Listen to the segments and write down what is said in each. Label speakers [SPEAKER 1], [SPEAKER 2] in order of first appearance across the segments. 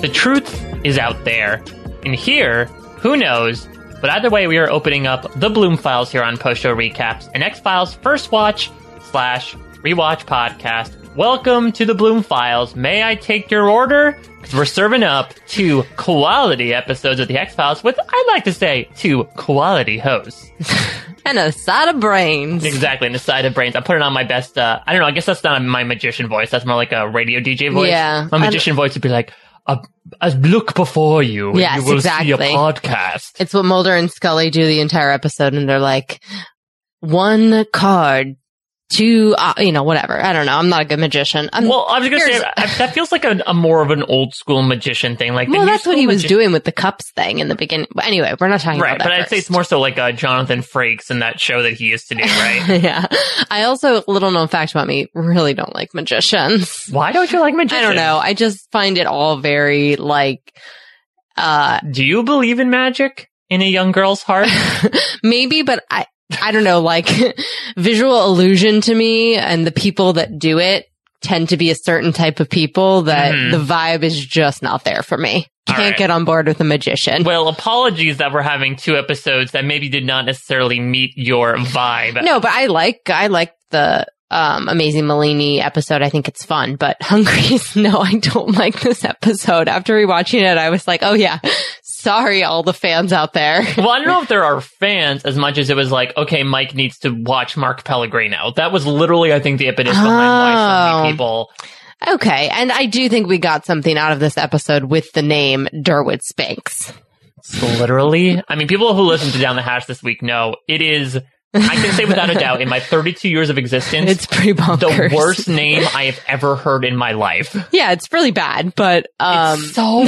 [SPEAKER 1] The truth is out there. And here, who knows? But either way, we are opening up the Bloom Files here on Post Show Recaps and X Files First Watch slash Rewatch Podcast. Welcome to the Bloom Files. May I take your order? Because we're serving up two quality episodes of the X Files with, I'd like to say, two quality hosts.
[SPEAKER 2] And a side of brains.
[SPEAKER 1] exactly, in the side of brains. I put it on my best, uh, I don't know, I guess that's not my magician voice. That's more like a radio DJ voice.
[SPEAKER 2] Yeah,
[SPEAKER 1] My
[SPEAKER 2] I'm-
[SPEAKER 1] magician voice would be like, a, a look before you. and
[SPEAKER 2] Yes,
[SPEAKER 1] you will see a
[SPEAKER 2] exactly.
[SPEAKER 1] podcast.
[SPEAKER 2] It's what Mulder and Scully do the entire episode, and they're like, one card, two, uh, you know, whatever. I don't know. I'm not a good magician. Um, I'm,
[SPEAKER 1] Well, I was going to say,
[SPEAKER 2] Here's-
[SPEAKER 1] I, that feels like a, a more of an old school magician thing. Like, the
[SPEAKER 2] well,
[SPEAKER 1] new
[SPEAKER 2] that's what
[SPEAKER 1] school
[SPEAKER 2] he was
[SPEAKER 1] magi-
[SPEAKER 2] doing with the cups thing in the beginning. But anyway, we're not talking
[SPEAKER 1] Right,
[SPEAKER 2] about that.
[SPEAKER 1] but I'd say
[SPEAKER 2] first.
[SPEAKER 1] it's more so like uh, Jonathan Frakes and that show that he used to do, right?
[SPEAKER 2] yeah. I also, little known fact about me, really don't like magicians.
[SPEAKER 1] Why don't you like
[SPEAKER 2] I
[SPEAKER 1] magicians?
[SPEAKER 2] don't know. I just find it all very like, uh,
[SPEAKER 1] Do you believe in magic in a young girl's heart?
[SPEAKER 2] maybe, but I, I don't know, like visual illusion to me and the people that do it tend to be a certain type of people that
[SPEAKER 1] Mhm.
[SPEAKER 2] the vibe is just not there for me.
[SPEAKER 1] All
[SPEAKER 2] Can't
[SPEAKER 1] right.
[SPEAKER 2] get on board with a magician.
[SPEAKER 1] well, apologies that we're having two episodes that maybe did not necessarily meet your vibe.
[SPEAKER 2] no, but I like, I like the, um, amazing Malini episode. I think it's fun, but Hungry's no, I don't like this episode. After rewatching it, I was like, oh yeah, sorry, all the fans out there.
[SPEAKER 1] Well, I don't know if there are fans as much as it was like, okay, Mike needs to watch Mark Pellegrino. That was literally, I think, the impetus behind why so many
[SPEAKER 2] Oh.
[SPEAKER 1] people.
[SPEAKER 2] Okay, and I do think we got something out of this episode with the name Derwood Spinks.
[SPEAKER 1] Literally, I mean, people who listen to Down the Hash this week know it is. I can say without a doubt, in my 32 years of existence,
[SPEAKER 2] It's pretty bonkers.
[SPEAKER 1] the worst name I have ever heard in my life.
[SPEAKER 2] Yeah, it's really bad, but um,
[SPEAKER 1] It's so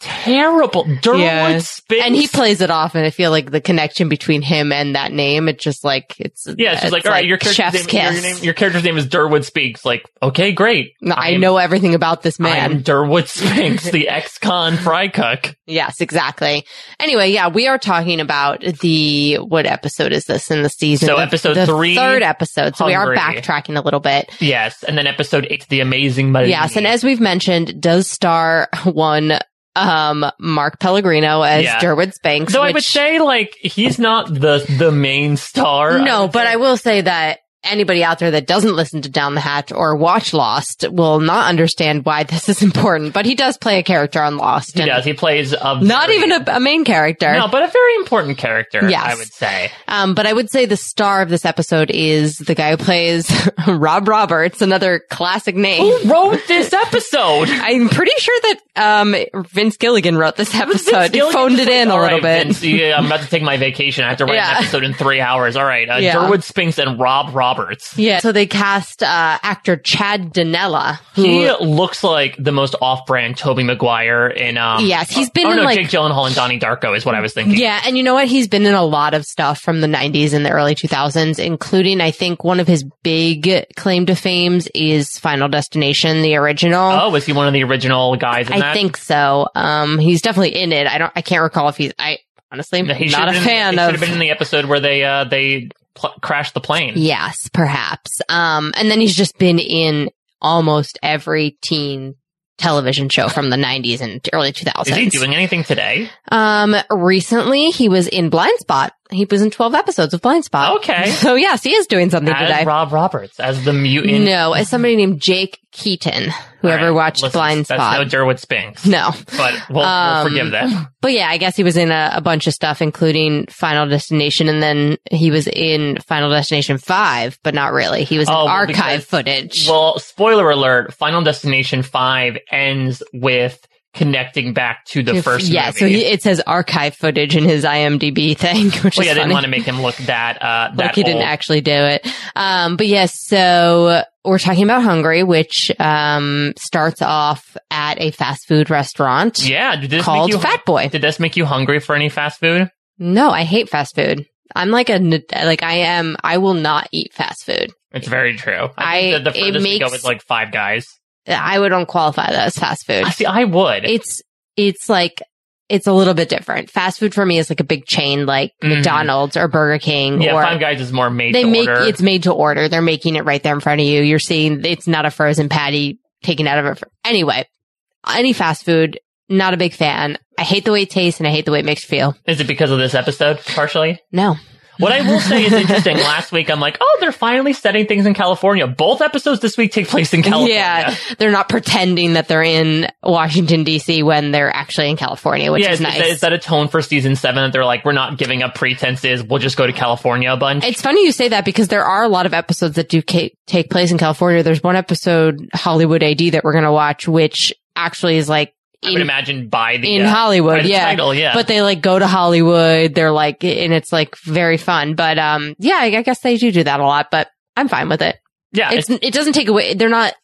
[SPEAKER 1] terrible. Derwood
[SPEAKER 2] Yeah.
[SPEAKER 1] Spinks.
[SPEAKER 2] and he plays it off, and I feel like the connection between him and that name, it just like it's
[SPEAKER 1] Yeah, she's like, all right, your character's,
[SPEAKER 2] chef's
[SPEAKER 1] name, your,
[SPEAKER 2] kiss.
[SPEAKER 1] name, your character's name is Derwood Speaks. Like, okay, great.
[SPEAKER 2] No, I
[SPEAKER 1] am-
[SPEAKER 2] know everything about this
[SPEAKER 1] I am
[SPEAKER 2] man.
[SPEAKER 1] Derwood Spinks, the ex-con fry cook.
[SPEAKER 2] Yes, exactly. Anyway, yeah, we are talking about the what episode is this in the season?
[SPEAKER 1] So
[SPEAKER 2] The-
[SPEAKER 1] episode
[SPEAKER 2] the
[SPEAKER 1] three,
[SPEAKER 2] third episode. So we are
[SPEAKER 1] Hungry.
[SPEAKER 2] backtracking a little bit.
[SPEAKER 1] Yes, and then episode eight, the amazing Marini.
[SPEAKER 2] Yes, and as we've mentioned, does star one um Mark Pellegrino as
[SPEAKER 1] Yeah.
[SPEAKER 2] Derwood Spanks.
[SPEAKER 1] so I would
[SPEAKER 2] which-
[SPEAKER 1] say like he's not the the main star.
[SPEAKER 2] no,
[SPEAKER 1] would
[SPEAKER 2] but
[SPEAKER 1] say.
[SPEAKER 2] I will say that anybody out there that doesn't listen to Down the Hatch or watch Lost will not understand why this is important. But he does play a character on Lost.
[SPEAKER 1] he
[SPEAKER 2] and
[SPEAKER 1] does. He plays a
[SPEAKER 2] Not
[SPEAKER 1] very-
[SPEAKER 2] even a, a main character.
[SPEAKER 1] no, but a very important character.
[SPEAKER 2] Yes.
[SPEAKER 1] I would say.
[SPEAKER 2] Um, but I would say the star of this episode is the guy who plays Rob Roberts, another classic name.
[SPEAKER 1] Who wrote this episode?
[SPEAKER 2] I'm pretty sure that um, Vince Gilligan wrote this episode. He
[SPEAKER 1] Gilligan's
[SPEAKER 2] Uh, phoned it
[SPEAKER 1] like,
[SPEAKER 2] in a
[SPEAKER 1] "All
[SPEAKER 2] little
[SPEAKER 1] right,
[SPEAKER 2] bit.
[SPEAKER 1] Vince, yeah, I'm about to take my vacation. I have to write an
[SPEAKER 2] Yeah.
[SPEAKER 1] episode in three hours. All right, uh,
[SPEAKER 2] Yeah.
[SPEAKER 1] Durwood Spinks and Rob Roberts.
[SPEAKER 2] Yeah. So they cast uh, actor Chad Danella. Who,
[SPEAKER 1] He looks like the most off-brand Toby Maguire in. Um,
[SPEAKER 2] Yes, he's been
[SPEAKER 1] oh,
[SPEAKER 2] in,
[SPEAKER 1] no,
[SPEAKER 2] like-
[SPEAKER 1] Jake Gyllenhaal and Donnie Darko is what I was thinking.
[SPEAKER 2] yeah, and you know what? He's been in a lot of stuff from the 90s and the early 2000s, including I think one of his big claim to fames is Final Destination, the original.
[SPEAKER 1] Oh, was he one of the original guys? In
[SPEAKER 2] I
[SPEAKER 1] that?
[SPEAKER 2] think so. Um, he's definitely in it. I don't. I can't recall if he's. I honestly
[SPEAKER 1] No, he
[SPEAKER 2] not a
[SPEAKER 1] should've been-
[SPEAKER 2] fan
[SPEAKER 1] he Should have
[SPEAKER 2] of.
[SPEAKER 1] been in the episode where they uh, they pl- crashed the plane.
[SPEAKER 2] Yes, perhaps. Um, and then he's just been in almost every teen television show from the 90s and early 2000s.
[SPEAKER 1] Is he doing anything today?
[SPEAKER 2] Um, recently he was in Blind Spot He was in 12 episodes of Blind Spot.
[SPEAKER 1] Okay.
[SPEAKER 2] So yes, he is doing something
[SPEAKER 1] as
[SPEAKER 2] today.
[SPEAKER 1] Rob Roberts as the mutant.
[SPEAKER 2] no, as somebody named Jake Keaton,
[SPEAKER 1] All
[SPEAKER 2] whoever
[SPEAKER 1] right,
[SPEAKER 2] watched
[SPEAKER 1] listen,
[SPEAKER 2] Blind Spot.
[SPEAKER 1] That's no Derwood Spinks.
[SPEAKER 2] no.
[SPEAKER 1] But we'll,
[SPEAKER 2] Um,
[SPEAKER 1] we'll forgive them.
[SPEAKER 2] But yeah, I guess he was in a, a bunch of stuff, including Final Destination, and then he was in Final Destination 5, but not really. He was in
[SPEAKER 1] Oh, well,
[SPEAKER 2] archive
[SPEAKER 1] because-
[SPEAKER 2] footage.
[SPEAKER 1] Well, spoiler alert, Final Destination 5 ends with connecting back to the
[SPEAKER 2] If-
[SPEAKER 1] first
[SPEAKER 2] yeah,
[SPEAKER 1] movie.
[SPEAKER 2] so he, it says archive footage in his IMDb thing, which
[SPEAKER 1] well,
[SPEAKER 2] is
[SPEAKER 1] yeah, I didn't
[SPEAKER 2] funny.
[SPEAKER 1] want to make him look that, uh, that
[SPEAKER 2] like he didn't
[SPEAKER 1] old.
[SPEAKER 2] actually do it. Um, but yes, so we're talking about Hungary, which um, starts off at a fast food restaurant
[SPEAKER 1] Yeah, did this
[SPEAKER 2] called
[SPEAKER 1] make you hung-
[SPEAKER 2] Fat Boy.
[SPEAKER 1] Did this make you hungry for any fast food?
[SPEAKER 2] No, I hate fast food. I'm like a n- like I am. I will not eat fast food.
[SPEAKER 1] It's very true.
[SPEAKER 2] I-
[SPEAKER 1] think that the
[SPEAKER 2] it
[SPEAKER 1] furthest we go
[SPEAKER 2] makes-
[SPEAKER 1] is like Five Guys.
[SPEAKER 2] I would don't qualify that as fast food.
[SPEAKER 1] I see. I would.
[SPEAKER 2] It's it's like it's a little bit different. Fast food for me is like a big chain like
[SPEAKER 1] Mhm.
[SPEAKER 2] McDonald's or Burger King
[SPEAKER 1] yeah,
[SPEAKER 2] or
[SPEAKER 1] Five Guys is more made
[SPEAKER 2] they
[SPEAKER 1] to
[SPEAKER 2] make
[SPEAKER 1] order.
[SPEAKER 2] it's made to order. They're making it right there in front of you. You're seeing it's not a frozen patty taken out of it. Anyway, any fast food, not a big fan. I hate the way it tastes and I hate the way it makes you feel.
[SPEAKER 1] Is it because of this episode partially?
[SPEAKER 2] No,
[SPEAKER 1] What I will say is interesting. Last week, I'm like, oh, they're finally setting things in California. Both episodes this week take place in California.
[SPEAKER 2] yeah, they're not pretending that they're in Washington D.C. when they're actually in California, which
[SPEAKER 1] yeah,
[SPEAKER 2] is
[SPEAKER 1] is,
[SPEAKER 2] nice.
[SPEAKER 1] that, is that a tone for season seven that they're like, we're not giving up pretenses. We'll just go to California a bunch.
[SPEAKER 2] It's funny you say that because there are a lot of episodes that do ca- take place in California. There's one episode, Hollywood AD, that we're going to watch, which actually is like
[SPEAKER 1] I would
[SPEAKER 2] in,
[SPEAKER 1] imagine by the,
[SPEAKER 2] in
[SPEAKER 1] uh,
[SPEAKER 2] Hollywood.
[SPEAKER 1] by the
[SPEAKER 2] yeah.
[SPEAKER 1] title, yeah.
[SPEAKER 2] But they like go to Hollywood. They're like, and it's like very fun. But, um, yeah, I I guess they do do that a lot, but I'm fine with it.
[SPEAKER 1] yeah,
[SPEAKER 2] It's, it doesn't take away. They're not,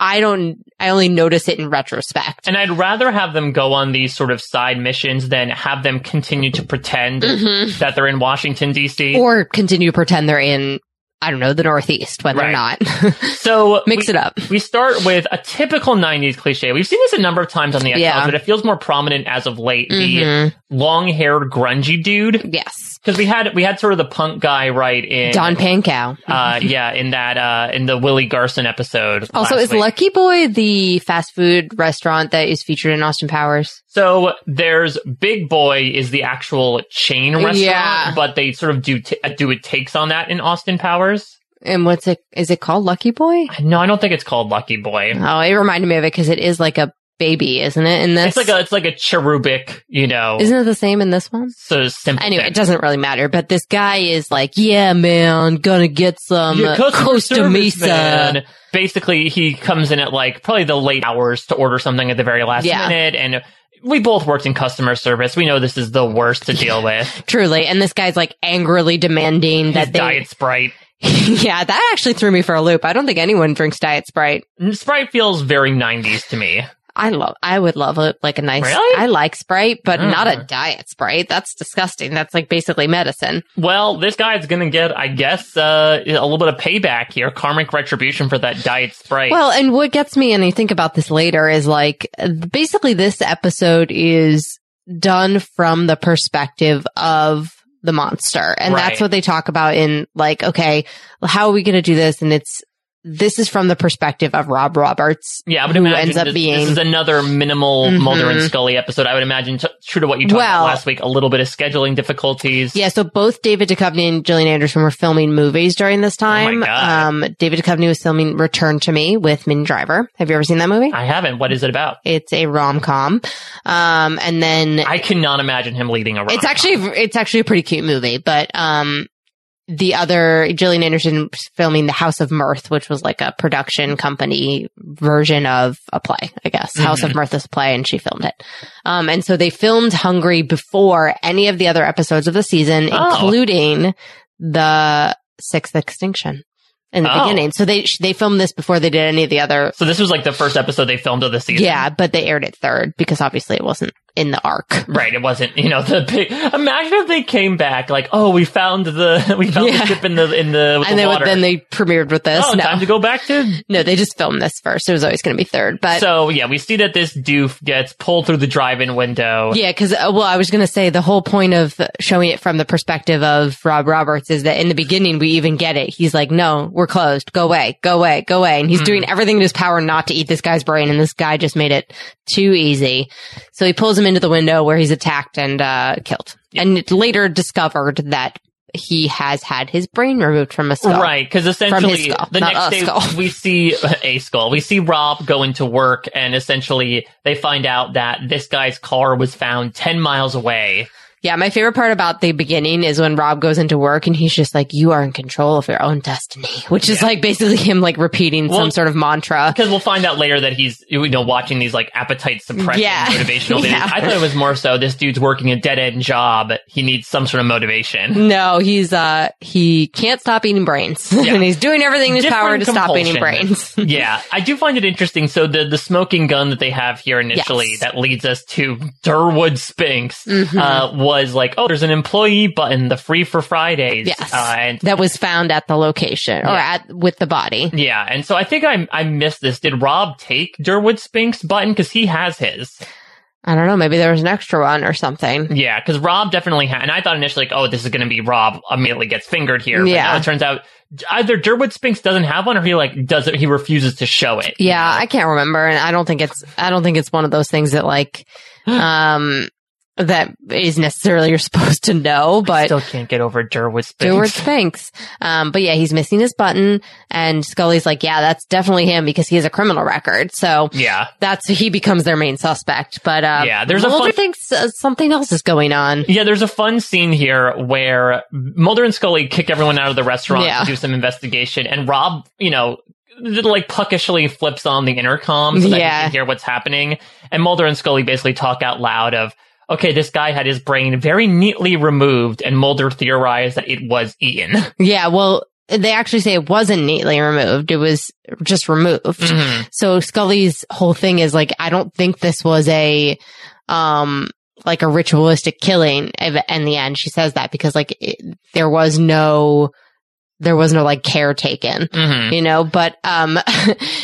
[SPEAKER 2] I don't, I only notice it in retrospect.
[SPEAKER 1] And I'd rather have them go on these sort of side missions than have them continue to pretend
[SPEAKER 2] Mm-hmm.
[SPEAKER 1] that they're in Washington, D.C.
[SPEAKER 2] Or continue to pretend they're in, I don't know, the Northeast when they're
[SPEAKER 1] Right.
[SPEAKER 2] not.
[SPEAKER 1] so
[SPEAKER 2] Mix
[SPEAKER 1] we,
[SPEAKER 2] it up.
[SPEAKER 1] We start with a typical 90s cliche. We've seen this a number of times on the X
[SPEAKER 2] Yeah.
[SPEAKER 1] Files, but it feels more prominent as of late.
[SPEAKER 2] Mhm.
[SPEAKER 1] The long haired, grungy dude.
[SPEAKER 2] Yes.
[SPEAKER 1] Because we had we had sort of the punk guy right in
[SPEAKER 2] Don Pankow.
[SPEAKER 1] uh yeah, in that uh in the Willie Garson episode.
[SPEAKER 2] Also,
[SPEAKER 1] last
[SPEAKER 2] is
[SPEAKER 1] week.
[SPEAKER 2] Lucky Boy the fast food restaurant that is featured in Austin Powers?
[SPEAKER 1] So there's Big Boy is the actual chain restaurant,
[SPEAKER 2] Yeah.
[SPEAKER 1] but they sort of do t- uh, do it takes on that in Austin Powers.
[SPEAKER 2] And what's it? Is it called Lucky Boy?
[SPEAKER 1] No, I don't think it's called Lucky Boy.
[SPEAKER 2] Oh, it reminded me of it because it is like a baby, isn't it? In
[SPEAKER 1] It's
[SPEAKER 2] this,
[SPEAKER 1] like a it's like a cherubic, you know,
[SPEAKER 2] isn't it the same in this one?
[SPEAKER 1] so simple.
[SPEAKER 2] Anyway,
[SPEAKER 1] thing.
[SPEAKER 2] it doesn't really matter. But this guy is like, yeah, man, gonna get some
[SPEAKER 1] Your
[SPEAKER 2] uh,
[SPEAKER 1] customer
[SPEAKER 2] Costa
[SPEAKER 1] service
[SPEAKER 2] Mesa.
[SPEAKER 1] man. Basically, he comes in at like probably the late hours to order something at the very last
[SPEAKER 2] Yeah.
[SPEAKER 1] minute, and we both worked in customer service. We know this is the worst to deal with.
[SPEAKER 2] Truly, and this guy's like angrily demanding
[SPEAKER 1] His
[SPEAKER 2] that they.
[SPEAKER 1] diet Sprite.
[SPEAKER 2] yeah, that actually threw me for a loop. I don't think anyone drinks Diet Sprite.
[SPEAKER 1] Sprite feels very '90s to me.
[SPEAKER 2] I love. I would love a, like a nice.
[SPEAKER 1] Really?
[SPEAKER 2] I like Sprite, but
[SPEAKER 1] Mm.
[SPEAKER 2] not a diet Sprite. That's disgusting. That's like basically medicine.
[SPEAKER 1] Well, this guy's gonna get, I guess, uh, a little bit of payback here, karmic retribution for that diet sprite.
[SPEAKER 2] Well, and what gets me, and I think about this later, is like basically this episode is done from the perspective of the monster, and
[SPEAKER 1] Right.
[SPEAKER 2] that's what they talk about in like, okay, how are we going to do this? And it's this is from the perspective of Rob Roberts.
[SPEAKER 1] yeah, I would
[SPEAKER 2] who
[SPEAKER 1] imagine
[SPEAKER 2] ends up
[SPEAKER 1] this,
[SPEAKER 2] being-
[SPEAKER 1] this is another minimal
[SPEAKER 2] Mhm.
[SPEAKER 1] Mulder and Scully episode. I would imagine, t- true to what you talked about
[SPEAKER 2] Well-
[SPEAKER 1] last week, a little bit of scheduling difficulties.
[SPEAKER 2] Yeah, so both David Duchovny and Gillian Anderson were filming movies during this time.
[SPEAKER 1] God.
[SPEAKER 2] Um, David Duchovny was filming Return to Me with Min Driver. Have you ever seen that movie?
[SPEAKER 1] I haven't. What is it about?
[SPEAKER 2] It's a rom com. Um, and then
[SPEAKER 1] I cannot imagine him leading a.
[SPEAKER 2] it's
[SPEAKER 1] rom-com.
[SPEAKER 2] actually it's actually a pretty cute movie, but um, the other Gillian Anderson was filming The House of Mirth, which was like a production company version of a play, I guess.
[SPEAKER 1] Mm-hmm.
[SPEAKER 2] House of Mirth is a play, and she filmed it. Um, and so they filmed Hungry before any of the other episodes of the season,
[SPEAKER 1] Oh.
[SPEAKER 2] including the Sixth Extinction in the
[SPEAKER 1] Oh.
[SPEAKER 2] beginning. So they they filmed this before they did any of the other.
[SPEAKER 1] So this was like the first episode they filmed of the season.
[SPEAKER 2] Yeah, but they aired it third because obviously it wasn't in the arc.
[SPEAKER 1] Right, it wasn't, you know, the big. Imagine if they came back like, oh, we found the we found
[SPEAKER 2] Yeah.
[SPEAKER 1] the ship in the in the with
[SPEAKER 2] and
[SPEAKER 1] the
[SPEAKER 2] then,
[SPEAKER 1] water.
[SPEAKER 2] then they premiered with this.
[SPEAKER 1] oh,
[SPEAKER 2] no.
[SPEAKER 1] time to go back to
[SPEAKER 2] No, they just filmed this first. It was always going to be third, but
[SPEAKER 1] so yeah, we see that this doof gets pulled through the drive-in window.
[SPEAKER 2] yeah, because well, I was going to say the whole point of showing it from the perspective of Rob Roberts is that in the beginning we even get it. He's like, "No, we're closed. Go away. Go away. Go away." And he's doing everything in his power not to eat this guy's brain, and this guy just made it too easy. So he pulls him him into the window where he's attacked and uh, killed. And it's later discovered that he has had his brain removed from a skull.
[SPEAKER 1] Right, because essentially
[SPEAKER 2] skull,
[SPEAKER 1] the
[SPEAKER 2] not
[SPEAKER 1] next
[SPEAKER 2] a
[SPEAKER 1] day
[SPEAKER 2] skull.
[SPEAKER 1] we see a skull. We see Rob going to work, and essentially they find out that this guy's car was found ten miles away.
[SPEAKER 2] Yeah, my favorite part about the beginning is when Rob goes into work and he's just like, "You are in control of your own destiny," which is
[SPEAKER 1] Yeah.
[SPEAKER 2] like basically him like repeating
[SPEAKER 1] Well-
[SPEAKER 2] some sort of mantra.
[SPEAKER 1] Because we'll find out later that he's you know watching these like appetite suppressing
[SPEAKER 2] Yeah.
[SPEAKER 1] motivational videos.
[SPEAKER 2] Yeah.
[SPEAKER 1] I thought it was more so this dude's working a dead end job. He needs some sort of motivation.
[SPEAKER 2] No, he's uh he can't stop eating brains, and he's doing everything in his
[SPEAKER 1] Different
[SPEAKER 2] power to stop eating
[SPEAKER 1] compulsion.
[SPEAKER 2] brains.
[SPEAKER 1] yeah, I do find it interesting. So the the smoking gun that they have here initially
[SPEAKER 2] Yes. Mm-hmm.
[SPEAKER 1] that leads us to Durwood Spinks uh, was like, oh, there's an employee button, the free for Fridays.
[SPEAKER 2] Yes.
[SPEAKER 1] Uh, and
[SPEAKER 2] that was found at the location or
[SPEAKER 1] Yeah.
[SPEAKER 2] at with the body.
[SPEAKER 1] yeah, and so I think I I missed this. Did Rob take Durwood Spinks button because he has his?
[SPEAKER 2] I don't know. Maybe there was an extra one or something.
[SPEAKER 1] Yeah, because Rob definitely had, and I thought initially, like, oh, this is going to be Rob immediately gets fingered here. But
[SPEAKER 2] Yeah.
[SPEAKER 1] now it turns out either Durwood Spinks doesn't have one, or he like does it. He refuses to show it.
[SPEAKER 2] Yeah, I can't remember, and I don't think it's I don't think it's one of those things that like um that is necessarily you're supposed to know, but
[SPEAKER 1] Still can't get over Durwood Spinks.
[SPEAKER 2] Stewart Spinks. Um, but yeah, he's missing his button, and Scully's like, yeah, that's definitely him because he has a criminal record. So
[SPEAKER 1] Yeah.
[SPEAKER 2] that's he becomes their main suspect. But uh,
[SPEAKER 1] Yeah, there's a fun-
[SPEAKER 2] Mulder thinks uh, something else is going on.
[SPEAKER 1] Yeah, there's a fun scene here where Mulder and Scully kick everyone out of the restaurant
[SPEAKER 2] Yeah.
[SPEAKER 1] to do some investigation, and Rob, you know, like puckishly flips on the intercom so that
[SPEAKER 2] Yeah.
[SPEAKER 1] he can hear what's happening. And Mulder and Scully basically talk out loud of, okay, this guy had his brain very neatly removed, and Mulder theorized that it was eaten.
[SPEAKER 2] Yeah, well, they actually say it wasn't neatly removed; it was just removed.
[SPEAKER 1] Mm.
[SPEAKER 2] So Scully's whole thing is like, I don't think this was a, um, like a ritualistic killing. Ev- In the end, she says that because like it, there was no, there was no like care taken,
[SPEAKER 1] hmm
[SPEAKER 2] you know. But um,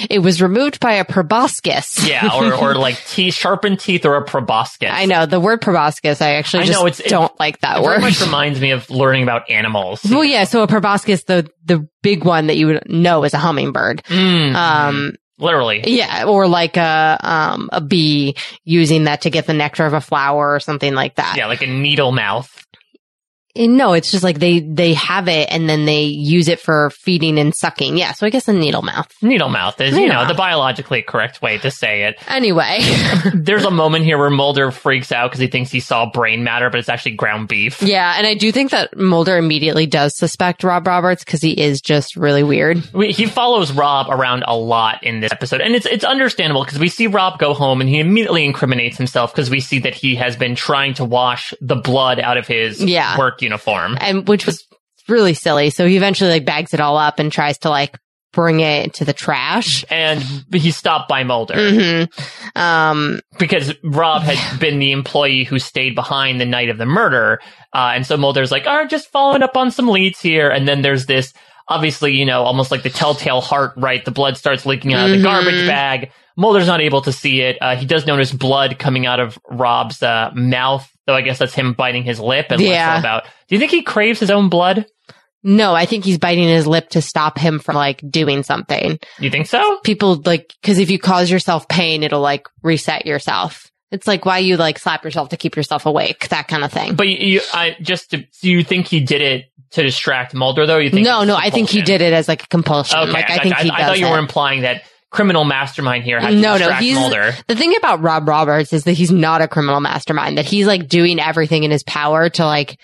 [SPEAKER 2] it was removed by a proboscis.
[SPEAKER 1] Yeah, or, or like teeth, sharpened teeth or a proboscis.
[SPEAKER 2] I know the word proboscis. I actually
[SPEAKER 1] I
[SPEAKER 2] just
[SPEAKER 1] know, it's- it-
[SPEAKER 2] don't like that
[SPEAKER 1] It
[SPEAKER 2] word.
[SPEAKER 1] very much reminds me of learning about animals.
[SPEAKER 2] well, yeah. So a proboscis, the the big one that you would know is a hummingbird.
[SPEAKER 1] Mm,
[SPEAKER 2] Um,
[SPEAKER 1] literally.
[SPEAKER 2] Yeah, or like a um a bee using that to get the nectar of a flower or something like that.
[SPEAKER 1] Yeah, like a needle mouth.
[SPEAKER 2] And no, it's just like they they have it and then they use it for feeding and sucking. Yeah, so I guess a needle mouth.
[SPEAKER 1] Needle mouth is, you
[SPEAKER 2] Needle
[SPEAKER 1] know,
[SPEAKER 2] mouth.
[SPEAKER 1] the biologically correct way to say it.
[SPEAKER 2] Anyway,
[SPEAKER 1] There's a moment here where Mulder freaks out because he thinks he saw brain matter, but it's actually ground beef.
[SPEAKER 2] yeah, and I do think that Mulder immediately does suspect Rob Roberts because he is just really weird.
[SPEAKER 1] We, he follows Rob around a lot in this episode, and it's it's understandable because we see Rob go home and he immediately incriminates himself because we see that he has been trying to wash the blood out of his
[SPEAKER 2] Yeah.
[SPEAKER 1] work uniform.
[SPEAKER 2] and which was really silly. So he eventually like bags it all up and tries to like bring it to the trash.
[SPEAKER 1] And he's stopped by Mulder
[SPEAKER 2] hmm Um,
[SPEAKER 1] because Rob had been the employee who stayed behind the night of the murder. Uh, and so Mulder's like, all right, just following up on some leads here. And then there's this, obviously, you know, almost like the telltale heart, right? The blood starts leaking out of
[SPEAKER 2] Mhm.
[SPEAKER 1] the garbage bag. Mulder's not able to see it. Uh, he does notice blood coming out of Rob's uh, mouth, though I guess that's him biting his lip and less
[SPEAKER 2] Yeah.
[SPEAKER 1] so about. Do you think he craves his own blood?
[SPEAKER 2] No, I think he's biting his lip to stop him from like doing something.
[SPEAKER 1] You think so?
[SPEAKER 2] People like, cause if you cause yourself pain, it'll like reset yourself. It's like why you like slap yourself to keep yourself awake, that kind of thing.
[SPEAKER 1] But you, you I just to, do you think he did it to distract Mulder though? You think
[SPEAKER 2] no,
[SPEAKER 1] it's
[SPEAKER 2] no, I think he
[SPEAKER 1] compulsion?
[SPEAKER 2] did it as like a compulsion. like I,
[SPEAKER 1] gotcha.
[SPEAKER 2] think he does
[SPEAKER 1] I thought you
[SPEAKER 2] it.
[SPEAKER 1] were implying that criminal mastermind here had to
[SPEAKER 2] No, no,
[SPEAKER 1] distract
[SPEAKER 2] he's-
[SPEAKER 1] Mulder.
[SPEAKER 2] the thing about Rob Roberts is that he's not a criminal mastermind, that he's like doing everything in his power to like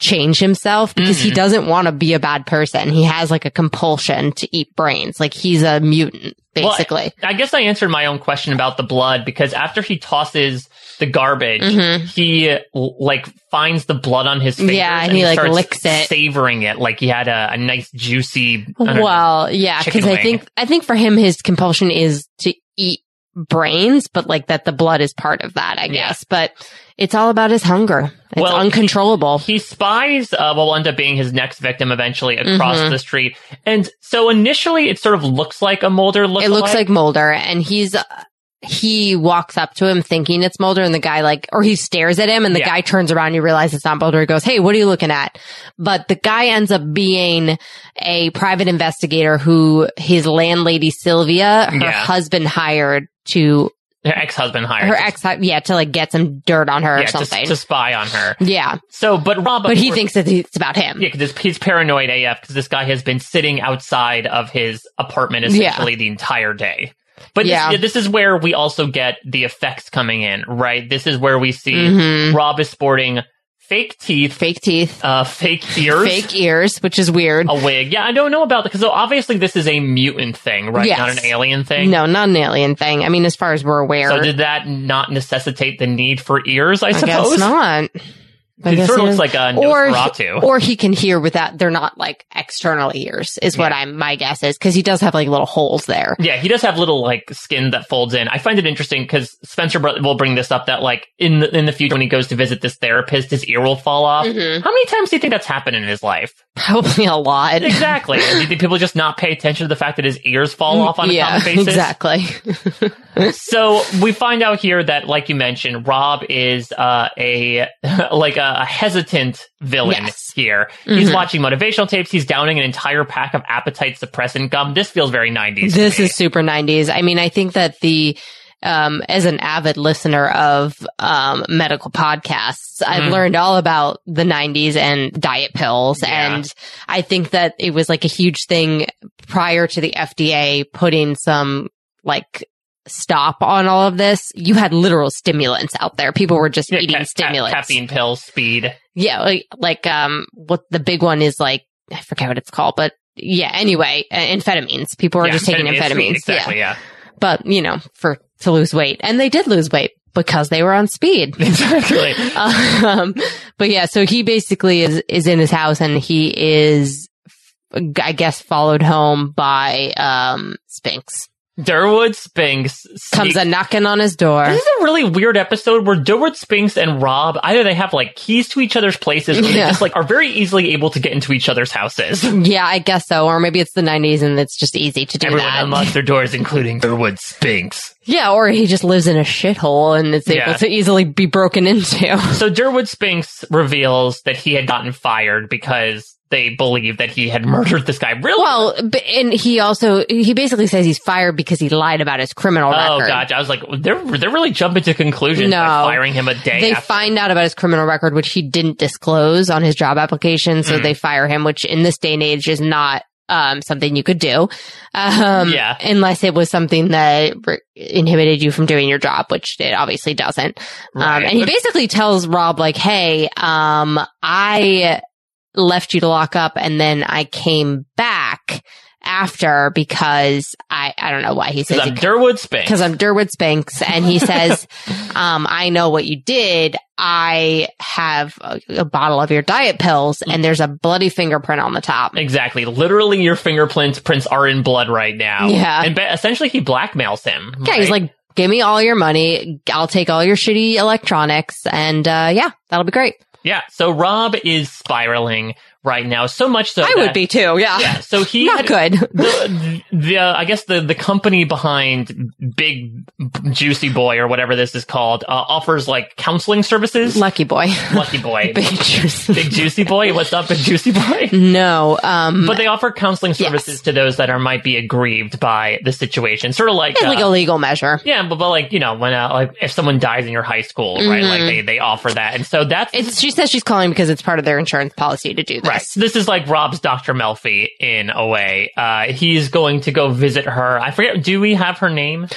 [SPEAKER 2] change himself because he
[SPEAKER 1] Mhm.
[SPEAKER 2] doesn't want to be a bad person. He has like a compulsion to eat brains. Like he's a mutant,
[SPEAKER 1] Well,
[SPEAKER 2] basically.
[SPEAKER 1] I guess I answered my own question about the blood because after he tosses the garbage,
[SPEAKER 2] Mhm.
[SPEAKER 1] he l- like finds the blood on his fingers.
[SPEAKER 2] Yeah, and
[SPEAKER 1] and
[SPEAKER 2] he, like,
[SPEAKER 1] starts
[SPEAKER 2] licks it.
[SPEAKER 1] savoring it like he had a, a nice juicy. I don't know.
[SPEAKER 2] Well, yeah,
[SPEAKER 1] chicken
[SPEAKER 2] because I
[SPEAKER 1] wing.
[SPEAKER 2] think I think for him his compulsion is to eat brains, but like that the blood is part of that, I
[SPEAKER 1] Yeah.
[SPEAKER 2] guess. But it's all about his hunger. It's
[SPEAKER 1] Well,
[SPEAKER 2] uncontrollable.
[SPEAKER 1] He spies uh, what will end up being his next victim eventually across
[SPEAKER 2] Mhm.
[SPEAKER 1] the street, and so initially it sort of looks like a Mulder.
[SPEAKER 2] it looks like Mulder, and he's uh, he walks up to him thinking it's Mulder, and the guy like, or he stares at him, and the
[SPEAKER 1] Yeah.
[SPEAKER 2] guy turns around. You realize it's not Mulder. He goes, "Hey, what are you looking at?" But the guy ends up being a private investigator who his landlady Sylvia, her
[SPEAKER 1] Yeah.
[SPEAKER 2] husband hired to
[SPEAKER 1] Her ex husband hired
[SPEAKER 2] her
[SPEAKER 1] to-
[SPEAKER 2] ex, yeah, to like get some dirt on her
[SPEAKER 1] yeah,
[SPEAKER 2] or
[SPEAKER 1] to-
[SPEAKER 2] something.
[SPEAKER 1] To, spy on her.
[SPEAKER 2] yeah,
[SPEAKER 1] So, but Rob,
[SPEAKER 2] but
[SPEAKER 1] of
[SPEAKER 2] he
[SPEAKER 1] course-
[SPEAKER 2] thinks that it's about him.
[SPEAKER 1] yeah, because he's paranoid AF because this guy has been sitting outside of his apartment
[SPEAKER 2] Yeah.
[SPEAKER 1] essentially the entire day. But
[SPEAKER 2] Yeah.
[SPEAKER 1] this, this is where we also get the effects coming in, right? This is where we see
[SPEAKER 2] Mhm.
[SPEAKER 1] Rob is sporting fake teeth,
[SPEAKER 2] Fake teeth,
[SPEAKER 1] uh, fake ears, Oh,
[SPEAKER 2] fake ears, which is weird.
[SPEAKER 1] a wig. Yeah, I don't know about that because obviously this is a mutant thing, right?
[SPEAKER 2] Yes.
[SPEAKER 1] Not an alien thing.
[SPEAKER 2] No, not an alien thing. I mean, as far as we're aware,
[SPEAKER 1] So did that not necessitate the need for ears? I,
[SPEAKER 2] I
[SPEAKER 1] suppose.
[SPEAKER 2] guess not. I
[SPEAKER 1] It
[SPEAKER 2] guess
[SPEAKER 1] sort of looks
[SPEAKER 2] it is.
[SPEAKER 1] like a
[SPEAKER 2] Or-
[SPEAKER 1] Nosferatu.
[SPEAKER 2] or he can hear without they're not like external ears is what i'm my guess is because he does have like little holes there
[SPEAKER 1] yeah, he does have little like skin that folds in. I find it interesting because Spencer Br- will bring this up that like in the, in the future when he goes to visit this therapist, his ear will fall off.
[SPEAKER 2] Mhm.
[SPEAKER 1] How many times do you think that's happened in his life?
[SPEAKER 2] probably a lot
[SPEAKER 1] Exactly. Do you think people just not pay attention to the fact that his ears fall off on a
[SPEAKER 2] Mm, yeah
[SPEAKER 1] common basis?
[SPEAKER 2] exactly
[SPEAKER 1] so we find out here that, like you mentioned, Rob is uh, a like a, a hesitant villain
[SPEAKER 2] Yes.
[SPEAKER 1] here. He's
[SPEAKER 2] Mhm.
[SPEAKER 1] watching motivational tapes. He's downing an entire pack of appetite suppressant gum. This feels very nineties.
[SPEAKER 2] this is super 90s i mean i think that the um, as an avid listener of um, medical podcasts,
[SPEAKER 1] Mhm.
[SPEAKER 2] I've learned all about the 90s and diet pills.
[SPEAKER 1] Yeah.
[SPEAKER 2] And I think that it was like a huge thing prior to the FDA putting some like stop on all of this. You had literal stimulants out there. People were just eating stimulants.
[SPEAKER 1] caffeine pills, speed.
[SPEAKER 2] Yeah, like, like um, what the big one is like, I forget what it's called, but yeah. Anyway, uh, amphetamines. People were
[SPEAKER 1] Yeah,
[SPEAKER 2] just taking amphetamines.
[SPEAKER 1] Exactly. Yeah.
[SPEAKER 2] Yeah, but you know, for to lose weight, and they did lose weight because they were on speed.
[SPEAKER 1] Exactly.
[SPEAKER 2] um, but yeah, so he basically is is in his house, and he is, I guess, followed home by um Spinks.
[SPEAKER 1] Durwood Spinks
[SPEAKER 2] Comes
[SPEAKER 1] sneaks-
[SPEAKER 2] a knocking on his door.
[SPEAKER 1] This is a really weird episode where Durwood Spinks and Rob either they have like keys to each other's places or they
[SPEAKER 2] Yeah.
[SPEAKER 1] just like are very easily able to get into each other's houses.
[SPEAKER 2] Yeah, I guess so. Or maybe it's the 90s and it's just easy to do
[SPEAKER 1] Everyone
[SPEAKER 2] that.
[SPEAKER 1] unlocks their doors, including Durwood Spinks.
[SPEAKER 2] Yeah, or he just lives in a shithole and it's
[SPEAKER 1] Yeah.
[SPEAKER 2] able to easily be broken into.
[SPEAKER 1] So Durwood Spinks reveals that he had gotten fired because they believe that he had murdered this guy. Really?
[SPEAKER 2] well, but, and he also he basically says he's fired because he lied about his criminal
[SPEAKER 1] oh
[SPEAKER 2] record.
[SPEAKER 1] gosh, I was like, they're they're really jumping to conclusions by
[SPEAKER 2] No.
[SPEAKER 1] firing him a day.
[SPEAKER 2] They
[SPEAKER 1] after.
[SPEAKER 2] find out about his criminal record, which he didn't disclose on his job application,
[SPEAKER 1] Hmm.
[SPEAKER 2] so they fire him, which in this day and age is not um, something you could do, um,
[SPEAKER 1] Yeah.
[SPEAKER 2] unless it was something that re- inhibited you from doing your job, which it obviously doesn't.
[SPEAKER 1] Right.
[SPEAKER 2] Um, and he basically tells Rob, like, hey, um, I left you to lock up and then I came back after because I, I don't know why he says
[SPEAKER 1] because
[SPEAKER 2] he
[SPEAKER 1] I'm Durwood Spinks.
[SPEAKER 2] because I'm Derwood Spinks, and he says, um, "I know what you did. I have a, a bottle of your diet pills, and there's a bloody fingerprint on the top."
[SPEAKER 1] Exactly. Literally, your fingerprints prints are in blood right now.
[SPEAKER 2] Yeah.
[SPEAKER 1] And ba- essentially, he blackmails him.
[SPEAKER 2] Yeah, he's like, "Give me all your money. I'll take all your shitty electronics, and uh, yeah, that'll be great."
[SPEAKER 1] yeah. So Rob is spiraling right now, so much so
[SPEAKER 2] I
[SPEAKER 1] that-
[SPEAKER 2] would be too. Yeah,
[SPEAKER 1] Yeah. So he
[SPEAKER 2] not
[SPEAKER 1] had-
[SPEAKER 2] good.
[SPEAKER 1] The, the uh, I guess the the company behind Big Juicy Boy or whatever this is called uh, offers like counseling services.
[SPEAKER 2] Lucky boy.
[SPEAKER 1] Lucky Boy,
[SPEAKER 2] Big juice.
[SPEAKER 1] Big Juicy Boy, what's up, Big Juicy Boy?
[SPEAKER 2] no, um,
[SPEAKER 1] But they offer counseling services to those that are might be aggrieved by the situation, sort of like
[SPEAKER 2] it's like
[SPEAKER 1] uh,
[SPEAKER 2] a legal measure.
[SPEAKER 1] Yeah, but, but like you know, when uh, like if someone dies in your high school, right? Like they they offer that, and so that's
[SPEAKER 2] Mm-hmm. It's, she says she's calling because it's part of their insurance policy to do this.
[SPEAKER 1] right. This is like Rob's Doctor Melfi in a way. Uh, he's going to go visit her. I forget. Do we have her name?